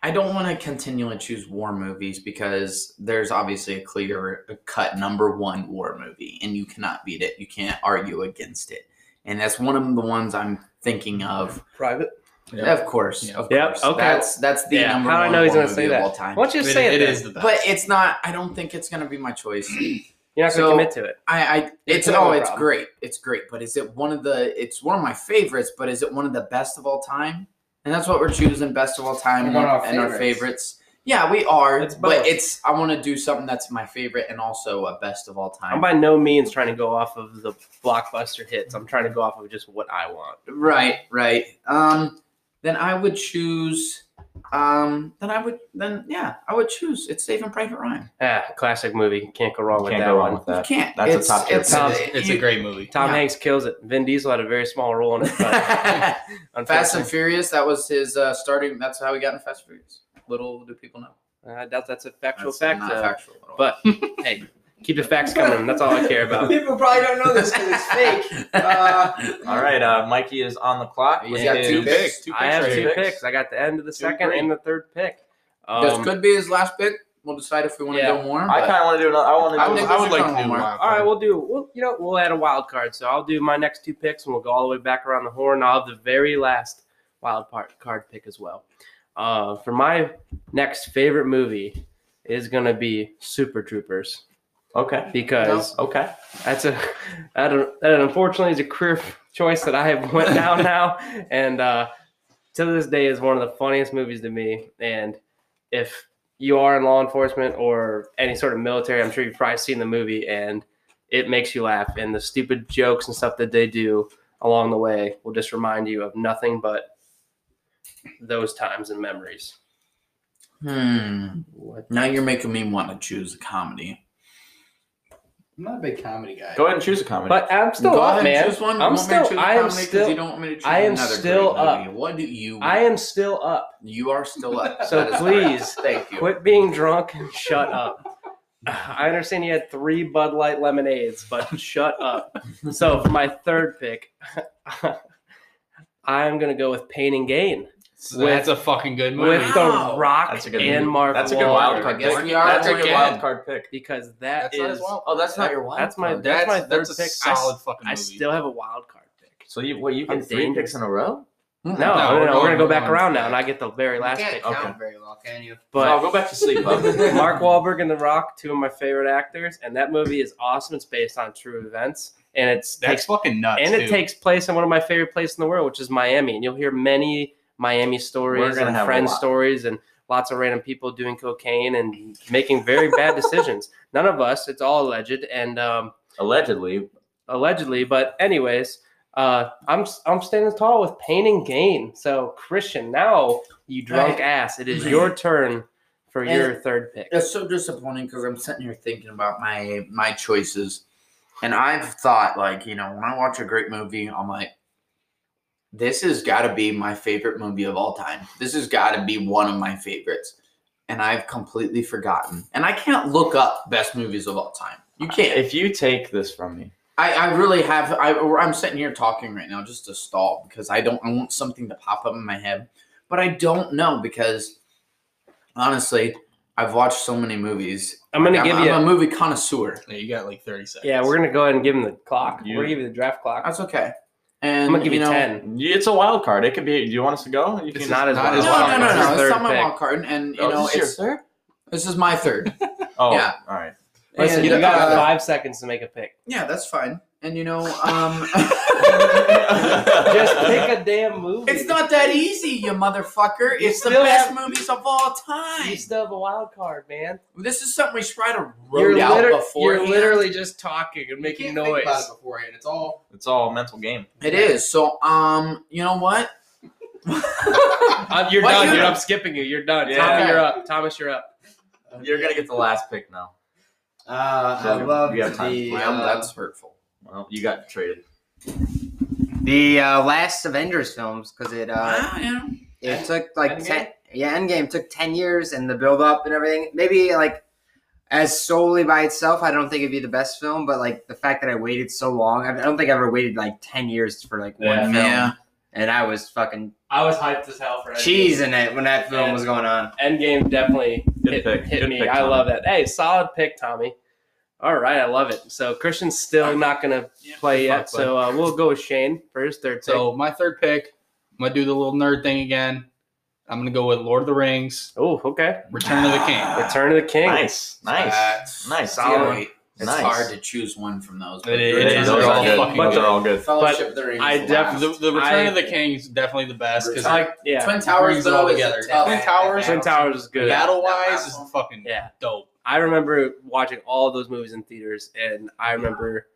Speaker 2: I don't want to continually choose war movies because there's obviously a clear cut number one war movie, and you cannot beat it. You can't argue against it, and that's one of the ones I'm thinking of.
Speaker 1: Private.
Speaker 3: Yeah.
Speaker 2: Of course, of
Speaker 1: Yep,
Speaker 2: course.
Speaker 1: okay.
Speaker 2: That's that's the
Speaker 1: Yeah,
Speaker 2: number
Speaker 1: how do I
Speaker 2: one
Speaker 1: know he's
Speaker 2: war
Speaker 1: gonna say
Speaker 2: movie
Speaker 1: that?
Speaker 2: of all time.
Speaker 1: Why don't you
Speaker 5: It-
Speaker 1: say it?
Speaker 5: it
Speaker 1: then?
Speaker 5: is the best.
Speaker 2: But it's not. I don't think it's gonna be my choice.
Speaker 1: You're not going
Speaker 2: So-
Speaker 1: to commit to it.
Speaker 2: I, I it's
Speaker 1: It's another
Speaker 2: oh, it's
Speaker 1: problem.
Speaker 2: great, it's great. But is it one of the? It's one of my favorites. But is it one of the best of all time? And that's what we're choosing: best of all time
Speaker 4: We're
Speaker 2: and
Speaker 4: going
Speaker 2: our
Speaker 4: off
Speaker 2: and our
Speaker 4: favorites.
Speaker 2: favorites. Yeah, we are,
Speaker 1: It's both.
Speaker 2: but it's I want to do something that's my favorite and also a best of all time.
Speaker 1: I'm by no means trying to go off of the blockbuster hits. I'm trying to go off of just what I want.
Speaker 2: Right, right. Um, then I would choose. Um, then I would. Then yeah, I would choose. It's Saving Private Ryan.
Speaker 1: Ah, classic movie. Can't go wrong with
Speaker 3: Can't
Speaker 1: that
Speaker 3: go
Speaker 1: one.
Speaker 3: wrong with that.
Speaker 2: you can't.
Speaker 3: That's a
Speaker 2: it's,
Speaker 3: top tier
Speaker 2: It's,
Speaker 1: film.
Speaker 5: It's a
Speaker 2: you-
Speaker 5: great movie.
Speaker 1: Tom
Speaker 2: Yeah.
Speaker 1: Hanks kills it. Vin Diesel had a very small role in it. But
Speaker 2: Fast and
Speaker 1: unfortunately-
Speaker 2: Furious. That was his uh, starting. That's how he got in Fast and Furious. Little do people know.
Speaker 1: I doubt that's a factual
Speaker 2: That's
Speaker 1: fact.
Speaker 2: Not
Speaker 1: uh,
Speaker 2: factual. At all.
Speaker 1: But hey, keep the facts coming. That's all I care about.
Speaker 4: People probably don't know this because it's fake. Uh,
Speaker 3: All right, uh, Mikey is on the clock.
Speaker 2: He's
Speaker 3: with
Speaker 2: got
Speaker 3: his-
Speaker 2: two picks.
Speaker 1: I have
Speaker 5: right
Speaker 1: two
Speaker 5: here.
Speaker 1: picks. I got the end of the second
Speaker 5: great.
Speaker 1: and the third pick.
Speaker 2: this
Speaker 1: Um,
Speaker 2: could be his last pick. We'll decide if we want to
Speaker 1: Yeah.
Speaker 2: do more.
Speaker 3: I
Speaker 2: but-
Speaker 3: kind of want to do another. I want
Speaker 5: I
Speaker 3: to
Speaker 5: would,
Speaker 3: do.
Speaker 2: think
Speaker 5: I would
Speaker 2: we're
Speaker 5: like to
Speaker 2: going
Speaker 5: do
Speaker 2: more.
Speaker 5: Wild
Speaker 1: all right,
Speaker 5: Card.
Speaker 1: we'll do. We'll, you know, we'll add a wild card. So I'll do my next two picks, and we'll go all the way back around the horn. I'll have the very last wild part, card pick as well. Uh, for my next favorite movie is gonna be Super Troopers
Speaker 3: Okay.
Speaker 1: because
Speaker 3: Okay.
Speaker 1: that's a that, that unfortunately is a career choice that I have went down now, and uh, to this day is one of the funniest movies to me. And if you are in law enforcement or any sort of military, I'm sure you've probably seen the movie, and it makes you laugh. And the stupid jokes and stuff that they do along the way will just remind you of nothing but those times and memories.
Speaker 2: Hmm. Now you're making me want to choose a comedy.
Speaker 5: I'm not a big comedy guy.
Speaker 3: Go ahead and choose a comedy.
Speaker 1: But I'm still
Speaker 2: Go
Speaker 1: up,
Speaker 2: ahead and
Speaker 1: man.
Speaker 2: Choose one. You
Speaker 1: I'm
Speaker 2: want me to
Speaker 1: still-
Speaker 2: choose a
Speaker 1: I am
Speaker 2: comedy 'cause
Speaker 1: still-
Speaker 2: You don't want me to choose
Speaker 1: I am
Speaker 2: another
Speaker 1: still
Speaker 2: great
Speaker 1: up.
Speaker 2: movie. What do you?
Speaker 1: I am still up.
Speaker 2: You are still up.
Speaker 1: So
Speaker 2: That is correct.
Speaker 1: please,
Speaker 2: thank you.
Speaker 1: Quit being drunk and shut up. I understand you had three Bud Light lemonades, but shut up. So for my third pick, I'm gonna go with Pain and Gain
Speaker 5: So that's a fucking good movie.
Speaker 1: with
Speaker 2: Wow.
Speaker 1: The Rock
Speaker 3: That's a good
Speaker 1: and
Speaker 3: movie.
Speaker 1: Mark
Speaker 3: that's a good
Speaker 1: Wahlberg
Speaker 3: wild card
Speaker 2: I guess
Speaker 3: pick.
Speaker 2: we are
Speaker 3: That's a good
Speaker 2: again.
Speaker 3: wild card pick.
Speaker 1: because
Speaker 5: that's
Speaker 1: that
Speaker 5: not
Speaker 1: is
Speaker 5: as well.
Speaker 2: Oh, that's not your wife.
Speaker 1: that's my
Speaker 5: that's,
Speaker 1: that's, my third
Speaker 5: that's a
Speaker 1: pick. I s-
Speaker 5: solid fucking
Speaker 1: I,
Speaker 5: movie.
Speaker 1: still have a wild card pick.
Speaker 3: So you, what you
Speaker 1: I'm
Speaker 3: get three
Speaker 1: dangerous.
Speaker 3: picks in a row?
Speaker 1: No,
Speaker 5: No,
Speaker 1: no, no,
Speaker 5: we're
Speaker 1: we're, gonna
Speaker 5: going-
Speaker 1: go
Speaker 5: we're
Speaker 1: back
Speaker 5: going
Speaker 1: around
Speaker 5: back.
Speaker 1: now, and I get the very
Speaker 4: you
Speaker 1: last
Speaker 4: can't
Speaker 1: pick.
Speaker 4: count
Speaker 3: Okay.
Speaker 4: very well, can you?
Speaker 1: But
Speaker 3: oh, go back to sleep, bub.
Speaker 1: Mark Wahlberg and The Rock, two of my favorite actors, and that movie is awesome. It's based on true events, and it's
Speaker 5: that's
Speaker 1: takes
Speaker 5: fucking nuts.
Speaker 1: and it
Speaker 5: Uh, too.
Speaker 1: takes place in one of my favorite places in the world, which is Miami. And you'll hear many Miami stories
Speaker 3: gonna
Speaker 1: and
Speaker 3: have a
Speaker 1: friend
Speaker 3: lot.
Speaker 1: stories and lots of random people doing cocaine and making very bad decisions. None of us. It's all alleged and um,
Speaker 3: Allegedly,
Speaker 1: allegedly. But anyways, uh, I'm I'm standing tall with pain and gain. So Christian, now you drunk ass, it is your turn for
Speaker 2: And-
Speaker 1: your third pick.
Speaker 2: It's so disappointing because I'm sitting here thinking about my my choices, and I've thought like you know when I watch a great movie, I'm like, this has got to be my favorite movie of all time. This has got to be one of my favorites, and I've completely forgotten. And I can't look up best movies of all time. You can't.
Speaker 3: if you take this from me,
Speaker 2: I, I really have. I, I'm sitting here talking right now just to stall because I don't. I want something to pop up in my head, but I don't know because honestly, I've watched so many movies.
Speaker 1: I'm gonna
Speaker 2: I'm,
Speaker 1: give
Speaker 2: I'm
Speaker 1: you.
Speaker 2: a movie connoissesseur.
Speaker 5: Yeah, you got like 30 seconds.
Speaker 1: yeah, we're gonna go ahead and give him the clock.
Speaker 3: You-
Speaker 1: We're gonna give you the draft clock.
Speaker 2: That's okay. And
Speaker 1: I'm gonna give you,
Speaker 2: know,
Speaker 1: ten.
Speaker 3: you- it's a wild card. It could be. Do you want us to go? You
Speaker 5: This
Speaker 1: It's
Speaker 5: is
Speaker 3: can-
Speaker 1: not as
Speaker 5: not
Speaker 1: wild.
Speaker 2: No,
Speaker 5: as
Speaker 2: no, no, no.
Speaker 5: It's his
Speaker 2: It's
Speaker 1: Third
Speaker 2: not my
Speaker 1: pick.
Speaker 2: wild card, and you
Speaker 3: Oh,
Speaker 2: know,
Speaker 3: this is your
Speaker 2: it's,
Speaker 3: third?
Speaker 2: this is my third.
Speaker 3: Oh,
Speaker 2: Yeah.
Speaker 3: all right.
Speaker 1: Listen,
Speaker 2: And,
Speaker 1: you got
Speaker 2: uh,
Speaker 1: five seconds to make a pick.
Speaker 2: yeah, that's fine. And you know, um,
Speaker 1: Just pick a damn movie.
Speaker 2: it's not that easy, you motherfucker.
Speaker 1: You
Speaker 2: It's the
Speaker 1: still
Speaker 2: best
Speaker 1: have-
Speaker 2: movies of all time.
Speaker 1: You still have a wild card, man.
Speaker 2: This is something we try to
Speaker 1: You're,
Speaker 2: root out
Speaker 1: liter-
Speaker 2: before.
Speaker 1: you're literally just talking and
Speaker 6: You
Speaker 1: making
Speaker 6: can't think about
Speaker 1: noise.
Speaker 6: it beforehand. It's all
Speaker 3: It's all a mental game.
Speaker 2: It is. So, um, you know what?
Speaker 1: Uh, you're
Speaker 2: Why
Speaker 1: done,
Speaker 2: you-
Speaker 1: dude. I'm skipping you. You're done.
Speaker 3: Yeah.
Speaker 1: Tommy, you're up. Thomas, you're up.
Speaker 3: You're gonna get the last pick now.
Speaker 4: Uh,
Speaker 3: So
Speaker 4: I
Speaker 3: you-
Speaker 4: love
Speaker 3: you have time.
Speaker 4: the
Speaker 2: well,
Speaker 4: uh,
Speaker 2: that's hurtful.
Speaker 3: Well, you got traded.
Speaker 4: the uh, last Avengers films because it uh,
Speaker 2: Ah, yeah.
Speaker 4: it took like
Speaker 1: Endgame?
Speaker 4: ten yeah Endgame took ten years and the build up and everything. Maybe like as solely by itself, I don't think it'd be the best film, but like the fact that I waited so long, I I don't think I ever waited like ten years for like one
Speaker 1: Yeah.
Speaker 4: film,
Speaker 2: Yeah.
Speaker 4: and I was fucking
Speaker 1: I was hyped as hell for
Speaker 4: cheesing it when that film
Speaker 1: Yeah.
Speaker 4: was going on.
Speaker 1: Endgame definitely
Speaker 3: Good
Speaker 1: hit,
Speaker 3: pick.
Speaker 1: hit
Speaker 3: Good
Speaker 1: me.
Speaker 3: pick,
Speaker 1: I
Speaker 3: Tommy.
Speaker 1: love that. Hey, solid pick, Tommy. All right, I love it. So Christian's still not gonna play yet, so uh, we'll go with Shane for his third.
Speaker 5: So my third pick, I'm gonna do the little nerd thing again. I'm gonna go with Lord of the Rings,
Speaker 1: oh, okay.
Speaker 5: Return of the King.
Speaker 1: Return of the King.
Speaker 3: Nice, nice,
Speaker 2: That's
Speaker 3: nice.
Speaker 1: Solid.
Speaker 2: Solid. It's
Speaker 3: Nice.
Speaker 2: hard to choose one from those. but
Speaker 5: It is.
Speaker 2: Return
Speaker 5: It is.
Speaker 2: of
Speaker 3: Those
Speaker 2: the
Speaker 3: are all
Speaker 5: Those
Speaker 2: King-
Speaker 3: good.
Speaker 5: are fucking
Speaker 3: But
Speaker 5: good.
Speaker 3: they're all good.
Speaker 2: Fellowship of the Ring.
Speaker 1: I
Speaker 2: is
Speaker 1: def-
Speaker 2: last.
Speaker 5: The, the Return
Speaker 1: I-
Speaker 5: of the King is definitely the best because
Speaker 2: Return-
Speaker 1: Yeah.
Speaker 2: Twin Towers
Speaker 5: brings it
Speaker 2: though
Speaker 5: all
Speaker 2: is
Speaker 5: together.
Speaker 2: a tough-
Speaker 5: Twin Towers-
Speaker 1: Twin Towers is good.
Speaker 5: battle
Speaker 2: That
Speaker 5: wise is
Speaker 2: last one.
Speaker 5: fucking
Speaker 1: Yeah.
Speaker 5: dope.
Speaker 1: I remember watching all those movies in theaters, and I remember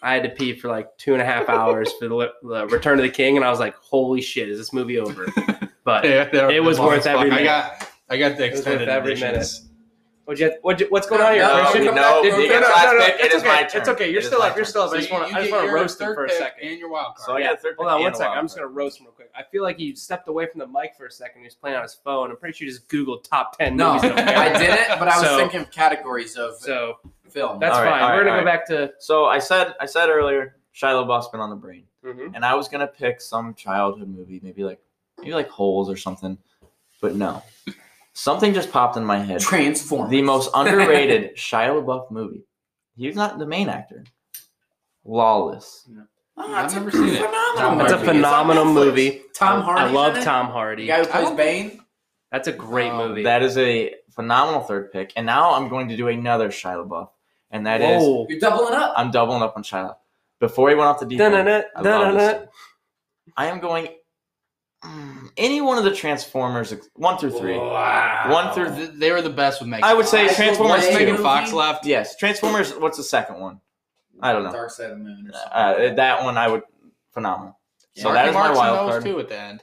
Speaker 1: I had to pee for like two and a half hours for the, li- the Return of the King, and I was like, "Holy shit, is this movie over?" But
Speaker 5: Yeah, they're-
Speaker 1: It was
Speaker 5: well,
Speaker 1: worth every
Speaker 5: I
Speaker 1: minute.
Speaker 5: got I got
Speaker 1: was
Speaker 5: the
Speaker 1: worth
Speaker 5: extended
Speaker 1: every
Speaker 5: editions.
Speaker 1: what'd you, what'd you, what's going on here,
Speaker 2: No,
Speaker 1: Christian?
Speaker 2: no,
Speaker 1: Did-
Speaker 2: you
Speaker 1: no,
Speaker 2: get
Speaker 1: no,
Speaker 3: last
Speaker 1: no, no,
Speaker 3: pick. It
Speaker 1: it's
Speaker 3: is
Speaker 1: okay.
Speaker 3: my turn.
Speaker 1: It's okay. You're
Speaker 3: It is
Speaker 1: still
Speaker 3: my
Speaker 1: up. You're
Speaker 3: turn.
Speaker 1: still up. I
Speaker 5: So
Speaker 1: just
Speaker 5: you-
Speaker 1: want
Speaker 5: you
Speaker 1: to. I just
Speaker 5: get
Speaker 1: want to
Speaker 5: your
Speaker 1: roast him
Speaker 5: third
Speaker 1: for a
Speaker 5: pick
Speaker 1: second.
Speaker 5: And your wild
Speaker 3: So
Speaker 5: card.
Speaker 3: I
Speaker 1: Yeah.
Speaker 3: got third
Speaker 1: Hold
Speaker 3: pick
Speaker 1: on one
Speaker 3: and a
Speaker 1: second.
Speaker 3: wild
Speaker 1: I'm just
Speaker 3: card.
Speaker 1: gonna roast him real quick. I feel like he stepped away from the mic for a second. He was playing on his phone. I'm pretty sure he just Googled top ten
Speaker 2: No,
Speaker 1: movies. in America.
Speaker 2: I didn't. But I was
Speaker 1: So-
Speaker 2: thinking of categories of
Speaker 1: So
Speaker 2: film. Uh,
Speaker 1: that's
Speaker 3: All right,
Speaker 1: fine.
Speaker 3: all right,
Speaker 1: We're gonna
Speaker 3: all
Speaker 1: go back to.
Speaker 3: So I said I said earlier, Shiloh Buff's been on the brain.
Speaker 1: Mhm.
Speaker 3: and I was gonna pick some childhood movie, maybe like maybe like Holes or something, but no, something just popped in my head.
Speaker 2: Transformers.
Speaker 3: The most underrated Shia LaBeouf movie. He's not the main actor. Lawless.
Speaker 2: Oh,
Speaker 5: I've
Speaker 2: it's a
Speaker 5: never seen it.
Speaker 2: phenomenal
Speaker 1: That's a
Speaker 2: movie.
Speaker 1: phenomenal
Speaker 2: It's on Netflix.
Speaker 1: movie.
Speaker 2: Tom Hardy.
Speaker 1: I love Tom Hardy.
Speaker 2: The guy who
Speaker 5: I
Speaker 2: plays
Speaker 5: don't-
Speaker 2: Bane.
Speaker 1: That's a great
Speaker 5: Um,
Speaker 1: movie.
Speaker 3: That is a phenomenal third pick, and now I'm going to do another Shia LaBeouf, and that is-
Speaker 1: Whoa.
Speaker 2: You're doubling up.
Speaker 3: I'm doubling up on Shia. Before he went off the deep end,
Speaker 1: Dun-dun-dun,
Speaker 3: I love this
Speaker 1: dun-dun-dun.
Speaker 3: dude. I am going mm, any one of the Transformers ex- one through three.
Speaker 2: Wow.
Speaker 3: One through
Speaker 5: Th- They were the best with Megan.
Speaker 3: I would say
Speaker 5: Fox.
Speaker 3: Transformers
Speaker 5: Once
Speaker 3: two.
Speaker 5: Megan Fox
Speaker 2: movie.
Speaker 5: left.
Speaker 3: Yes, Transformers. What's the second one? I don't know.
Speaker 2: Dark Side of the Moon. Or something.
Speaker 3: Uh, that one I would phenomenal. So
Speaker 5: Marky
Speaker 3: that is my
Speaker 5: Mark's in
Speaker 3: wild
Speaker 5: those
Speaker 3: card.
Speaker 5: Too at the end.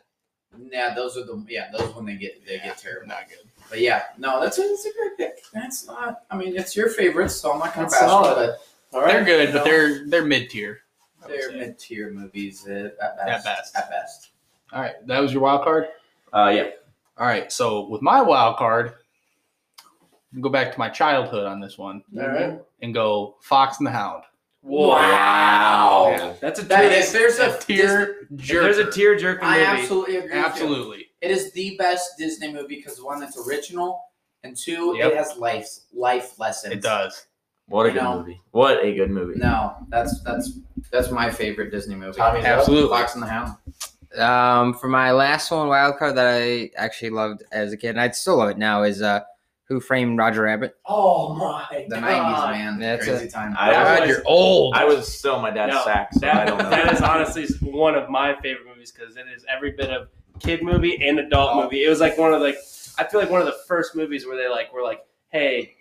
Speaker 2: yeah, those are the yeah those when they get they get terrible.
Speaker 5: Not good.
Speaker 2: But yeah, no, that's a, that's a great pick. That's not. I mean, it's your favorite, so I'm not gonna
Speaker 4: That's
Speaker 2: bash it.
Speaker 4: solid.
Speaker 2: but- all right,
Speaker 5: They're good,
Speaker 2: you
Speaker 5: but
Speaker 2: know,
Speaker 5: they're they're mid tier.
Speaker 2: they're mid tier movies uh, at
Speaker 5: At
Speaker 2: best.
Speaker 5: best.
Speaker 2: At best.
Speaker 5: All right, that was your wild card.
Speaker 3: Uh, yeah.
Speaker 5: All right, so with my wild card, I'll go back to my childhood on this one
Speaker 2: All right.
Speaker 5: and go Fox and the Hound.
Speaker 1: Whoa.
Speaker 2: Wow.
Speaker 1: Yeah, That's a
Speaker 2: That
Speaker 1: tier.
Speaker 2: is there's a
Speaker 5: A tier
Speaker 1: if
Speaker 5: jerk.
Speaker 1: There's a tear jerking
Speaker 2: I
Speaker 1: movie.
Speaker 2: absolutely agree. with you.
Speaker 5: Absolutely.
Speaker 2: It is the best Disney movie because one, it's original, and two,
Speaker 1: Yep.
Speaker 2: it has life life lessons.
Speaker 5: It does.
Speaker 3: What a
Speaker 2: You
Speaker 3: good
Speaker 2: know.
Speaker 3: movie. What a good movie.
Speaker 2: No, that's that's that's my favorite Disney movie.
Speaker 3: Tommy's up.
Speaker 5: Absolutely.
Speaker 2: Fox and the Hound.
Speaker 4: Um, for my last one, wild card that I actually loved as a kid, and I still love it now, is uh, Who Framed Roger Rabbit?
Speaker 2: Oh my
Speaker 4: The
Speaker 2: god.
Speaker 4: 90s,
Speaker 2: man.
Speaker 4: That's
Speaker 2: Crazy time.
Speaker 3: I
Speaker 1: God,
Speaker 3: was,
Speaker 1: you're
Speaker 5: old.
Speaker 3: I was still my dad's
Speaker 1: No,
Speaker 3: sack, so I
Speaker 1: That-
Speaker 3: don't know.
Speaker 1: that is honestly one of my favorite movies because it is every bit of kid movie and adult
Speaker 2: Oh.
Speaker 1: movie. It was like one of like I feel like one of the first movies where they like were like, hey,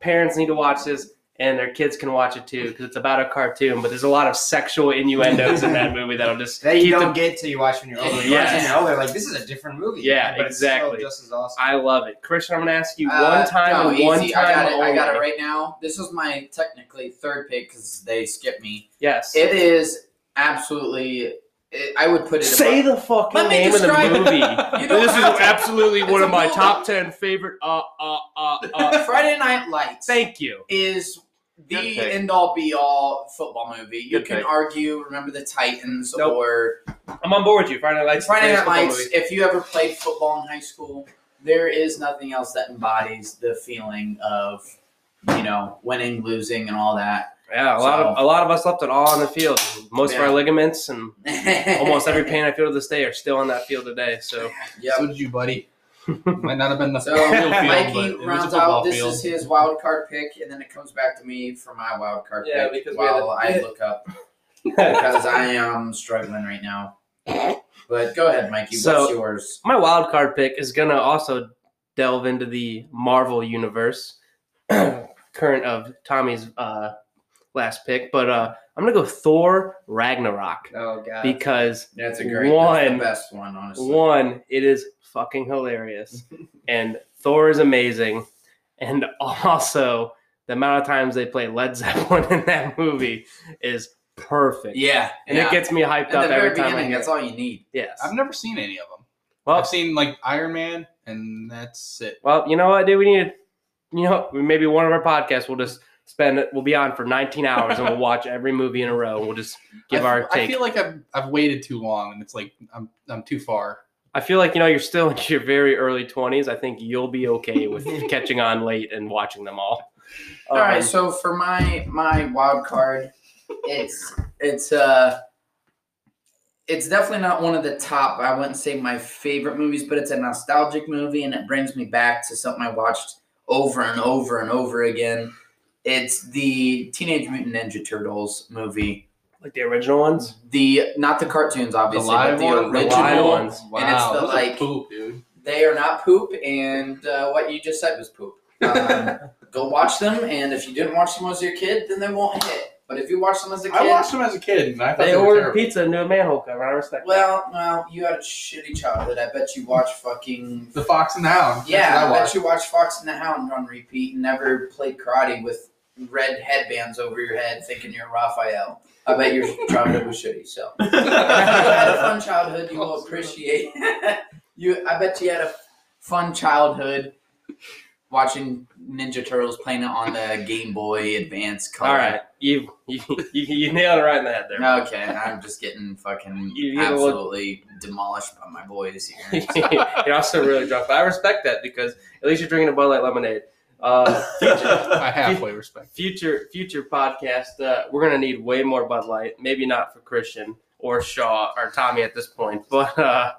Speaker 1: parents need to watch this and their kids can watch it too because it's about a cartoon. But there's a lot of sexual innuendos in that movie that'll just
Speaker 4: That you
Speaker 1: keep
Speaker 4: don't
Speaker 1: the-
Speaker 4: get till you watch when you're older. You
Speaker 1: Yes.
Speaker 4: watch when you're older, like this is a different movie.
Speaker 1: Yeah,
Speaker 4: but it's still
Speaker 1: exactly.
Speaker 4: just as awesome.
Speaker 1: I love it, Christian. I'm gonna ask you
Speaker 2: Uh,
Speaker 1: one time
Speaker 2: no,
Speaker 1: and one
Speaker 2: easy.
Speaker 1: time
Speaker 2: I got it. I got
Speaker 1: only.
Speaker 2: it right now. This is my technically third pick because they skipped me.
Speaker 1: Yes.
Speaker 2: It is absolutely. It, I would put it.
Speaker 1: Say
Speaker 2: above,
Speaker 1: the fucking
Speaker 2: Let me
Speaker 1: name of the
Speaker 2: describe it.
Speaker 1: movie.
Speaker 2: You don't
Speaker 1: this is
Speaker 2: have to.
Speaker 1: absolutely
Speaker 2: It's
Speaker 1: one
Speaker 2: a
Speaker 1: of my
Speaker 2: movie.
Speaker 1: top ten favorite. Uh, uh, uh, uh.
Speaker 2: Friday Night Lights
Speaker 1: Thank you.
Speaker 2: is the
Speaker 3: Good pick.
Speaker 2: end all be all football movie. You
Speaker 3: Good
Speaker 2: can
Speaker 3: pick.
Speaker 2: argue Remember the Titans
Speaker 1: Nope.
Speaker 2: or
Speaker 1: I'm on board with you. Friday Night Lights. is
Speaker 2: Friday
Speaker 1: the
Speaker 2: Night
Speaker 1: greatest football
Speaker 2: Lights.
Speaker 1: movie.
Speaker 2: If you ever played football in high school, there is nothing else that embodies the feeling of you know winning, losing, and all that.
Speaker 1: Yeah, a lot of a lot of us left it all on the field. Most of
Speaker 2: Yeah.
Speaker 1: our ligaments and almost every pain I feel to this day are still on that field today. So
Speaker 2: Yep.
Speaker 5: So did you, buddy. Might not have been the
Speaker 2: So
Speaker 5: real field, but
Speaker 2: Mikey
Speaker 5: it was a
Speaker 2: rounds
Speaker 5: football
Speaker 2: out. This
Speaker 5: field.
Speaker 2: is his wild card pick, and then it comes back to me for my wild card
Speaker 1: Yeah,
Speaker 2: pick
Speaker 1: because we had
Speaker 2: while
Speaker 1: a-
Speaker 2: I look up because I am struggling right now. But go ahead, Mikey.
Speaker 1: So-
Speaker 2: what's yours?
Speaker 1: my wild card pick is gonna also delve into the Marvel universe, current of Tommy's uh, last pick. But uh, I'm gonna go Thor Ragnarok
Speaker 4: oh god.
Speaker 1: because
Speaker 2: That's a great That's
Speaker 1: One.
Speaker 2: the best one, honestly.
Speaker 1: One, it is fucking hilarious, and Thor is amazing, and also the amount of times they play Led Zeppelin in that movie is perfect.
Speaker 2: Yeah,
Speaker 1: and
Speaker 2: yeah.
Speaker 1: it gets me hyped
Speaker 2: At
Speaker 1: up
Speaker 2: the
Speaker 1: every
Speaker 2: very
Speaker 1: time. I
Speaker 2: beginning,
Speaker 1: hear
Speaker 2: that's
Speaker 1: it.
Speaker 2: all you need.
Speaker 1: Yes.
Speaker 5: I've never seen any of them.
Speaker 1: well,
Speaker 5: I've seen like Iron Man, and that's it.
Speaker 1: well, you know what, dude? We need, to- you know, maybe one of our podcasts will just spend, we'll be on for 19 hours and we'll watch every movie in a row. And we'll just give
Speaker 5: I,
Speaker 1: our
Speaker 5: f-
Speaker 1: take.
Speaker 5: I feel like I've, I've waited too long, and it's like I'm I'm too far.
Speaker 1: I feel like you know you're still in your very early 20s. I think you'll be okay with catching on late and watching them all.
Speaker 2: All right,
Speaker 1: Um,
Speaker 2: so for my my wild card, it's it's uh it's definitely not one of the top. I wouldn't say my favorite movies, but it's a nostalgic movie, and it brings me back to something I watched over and over and over again. It's the Teenage Mutant Ninja Turtles movie.
Speaker 1: Like the original ones?
Speaker 2: The not the cartoons,
Speaker 5: The
Speaker 2: obviously, but
Speaker 5: live
Speaker 2: the
Speaker 5: one,
Speaker 2: original.
Speaker 5: the live
Speaker 1: one.
Speaker 5: ones. Wow,
Speaker 2: And it's the,
Speaker 5: those are
Speaker 2: like-
Speaker 5: poop, dude.
Speaker 2: They are not poop, and uh, what you just said was poop. Um, go watch them, and if you didn't watch them as your kid, then they won't hit. But if you watch them as a
Speaker 5: I
Speaker 2: kid,
Speaker 5: watched them as a kid, and I thought they,
Speaker 1: They
Speaker 5: were
Speaker 1: ordered
Speaker 5: terrible.
Speaker 1: pizza into a manhole cover. I respect that.
Speaker 2: well, well, you had a shitty childhood. I bet you watch fucking
Speaker 5: The Fox and the Hound.
Speaker 2: Yeah,
Speaker 5: That's
Speaker 2: I,
Speaker 5: what I
Speaker 2: bet you watched Fox and the Hound on repeat and never played karate with red headbands over your head thinking you're Raphael. I bet your childhood was shitty. So if you had a fun childhood, you will appreciate. you, I bet you had a fun childhood watching Ninja Turtles playing it on the Game Boy Advance color.
Speaker 1: All right. You, you, you, you nailed it right in the head there.
Speaker 2: Okay, I'm just getting fucking
Speaker 1: You- you know what-
Speaker 2: absolutely demolished by my boys here.
Speaker 1: you're also really drunk. But I respect that because at least you're drinking a Bud Light lemonade. Uh, future,
Speaker 5: I halfway respect.
Speaker 1: future, future podcast. Uh, we're gonna need way more Bud Light. Maybe not for Christian or Shaw or Tommy at this point, but uh,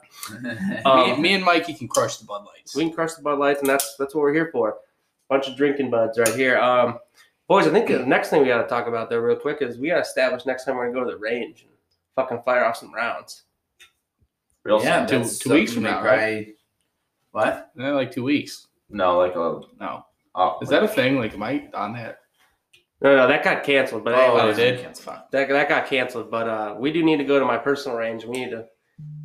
Speaker 5: me,
Speaker 1: um,
Speaker 5: me and Mikey can crush the Bud Lights.
Speaker 1: we can crush the Bud Lights, and that's that's what we're here for. Bunch of drinking buds right here. Um, boys, I think the next thing we got to talk about though, real quick, is we got to establish next time we're gonna go to the range and fucking fire off some rounds.
Speaker 3: Real
Speaker 2: yeah,
Speaker 3: soon.
Speaker 5: two-
Speaker 2: that's
Speaker 5: two weeks from
Speaker 2: something
Speaker 5: now,
Speaker 2: that I- What?
Speaker 5: Eh, like two weeks.
Speaker 3: No, like a.
Speaker 5: No,
Speaker 3: Oh,
Speaker 5: is that a thing? Like, am I on that?
Speaker 1: No, no, that got canceled. But
Speaker 5: Oh,
Speaker 1: anyways,
Speaker 5: it did?
Speaker 2: Fuck.
Speaker 1: That, that got canceled, but uh, we do need to go to my personal range. We need to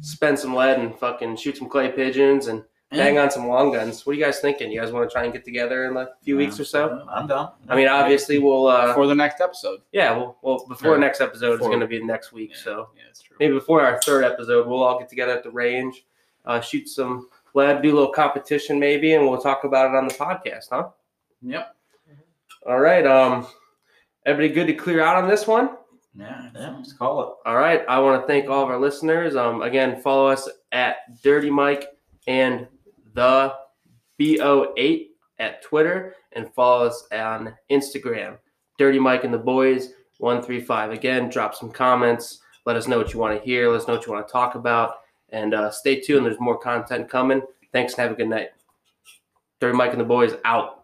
Speaker 1: spend some lead and fucking shoot some clay pigeons and bang on some long guns. What are you guys thinking? You guys want to try and get together in like a few weeks or so?
Speaker 3: I'm down.
Speaker 1: I mean, obviously we'll uh,
Speaker 5: For the next episode.
Speaker 1: yeah, we'll, well before
Speaker 5: Yeah.
Speaker 1: next episode is
Speaker 5: Before-
Speaker 1: going to be next week, so
Speaker 5: Yeah, that's true.
Speaker 1: maybe before our third episode, we'll all get together at the range, uh, shoot some lead, do a little competition maybe, and we'll talk about it on the podcast, huh?
Speaker 2: Yep.
Speaker 1: All right, um, everybody good to clear out on this one?
Speaker 2: Yeah. I
Speaker 3: Yeah,
Speaker 2: think
Speaker 3: let's call it.
Speaker 1: All right. I want to thank all of our listeners. Um, again, follow us at Dirty Mike and the BO8 at Twitter, and follow us on Instagram, Dirty Mike and the Boys 135. Again, drop some comments. Let us know what you want to hear. Let us know what you want to talk about. And uh, stay tuned. There's more content coming. Thanks and have a good night. Dirty Mike and the Boys out.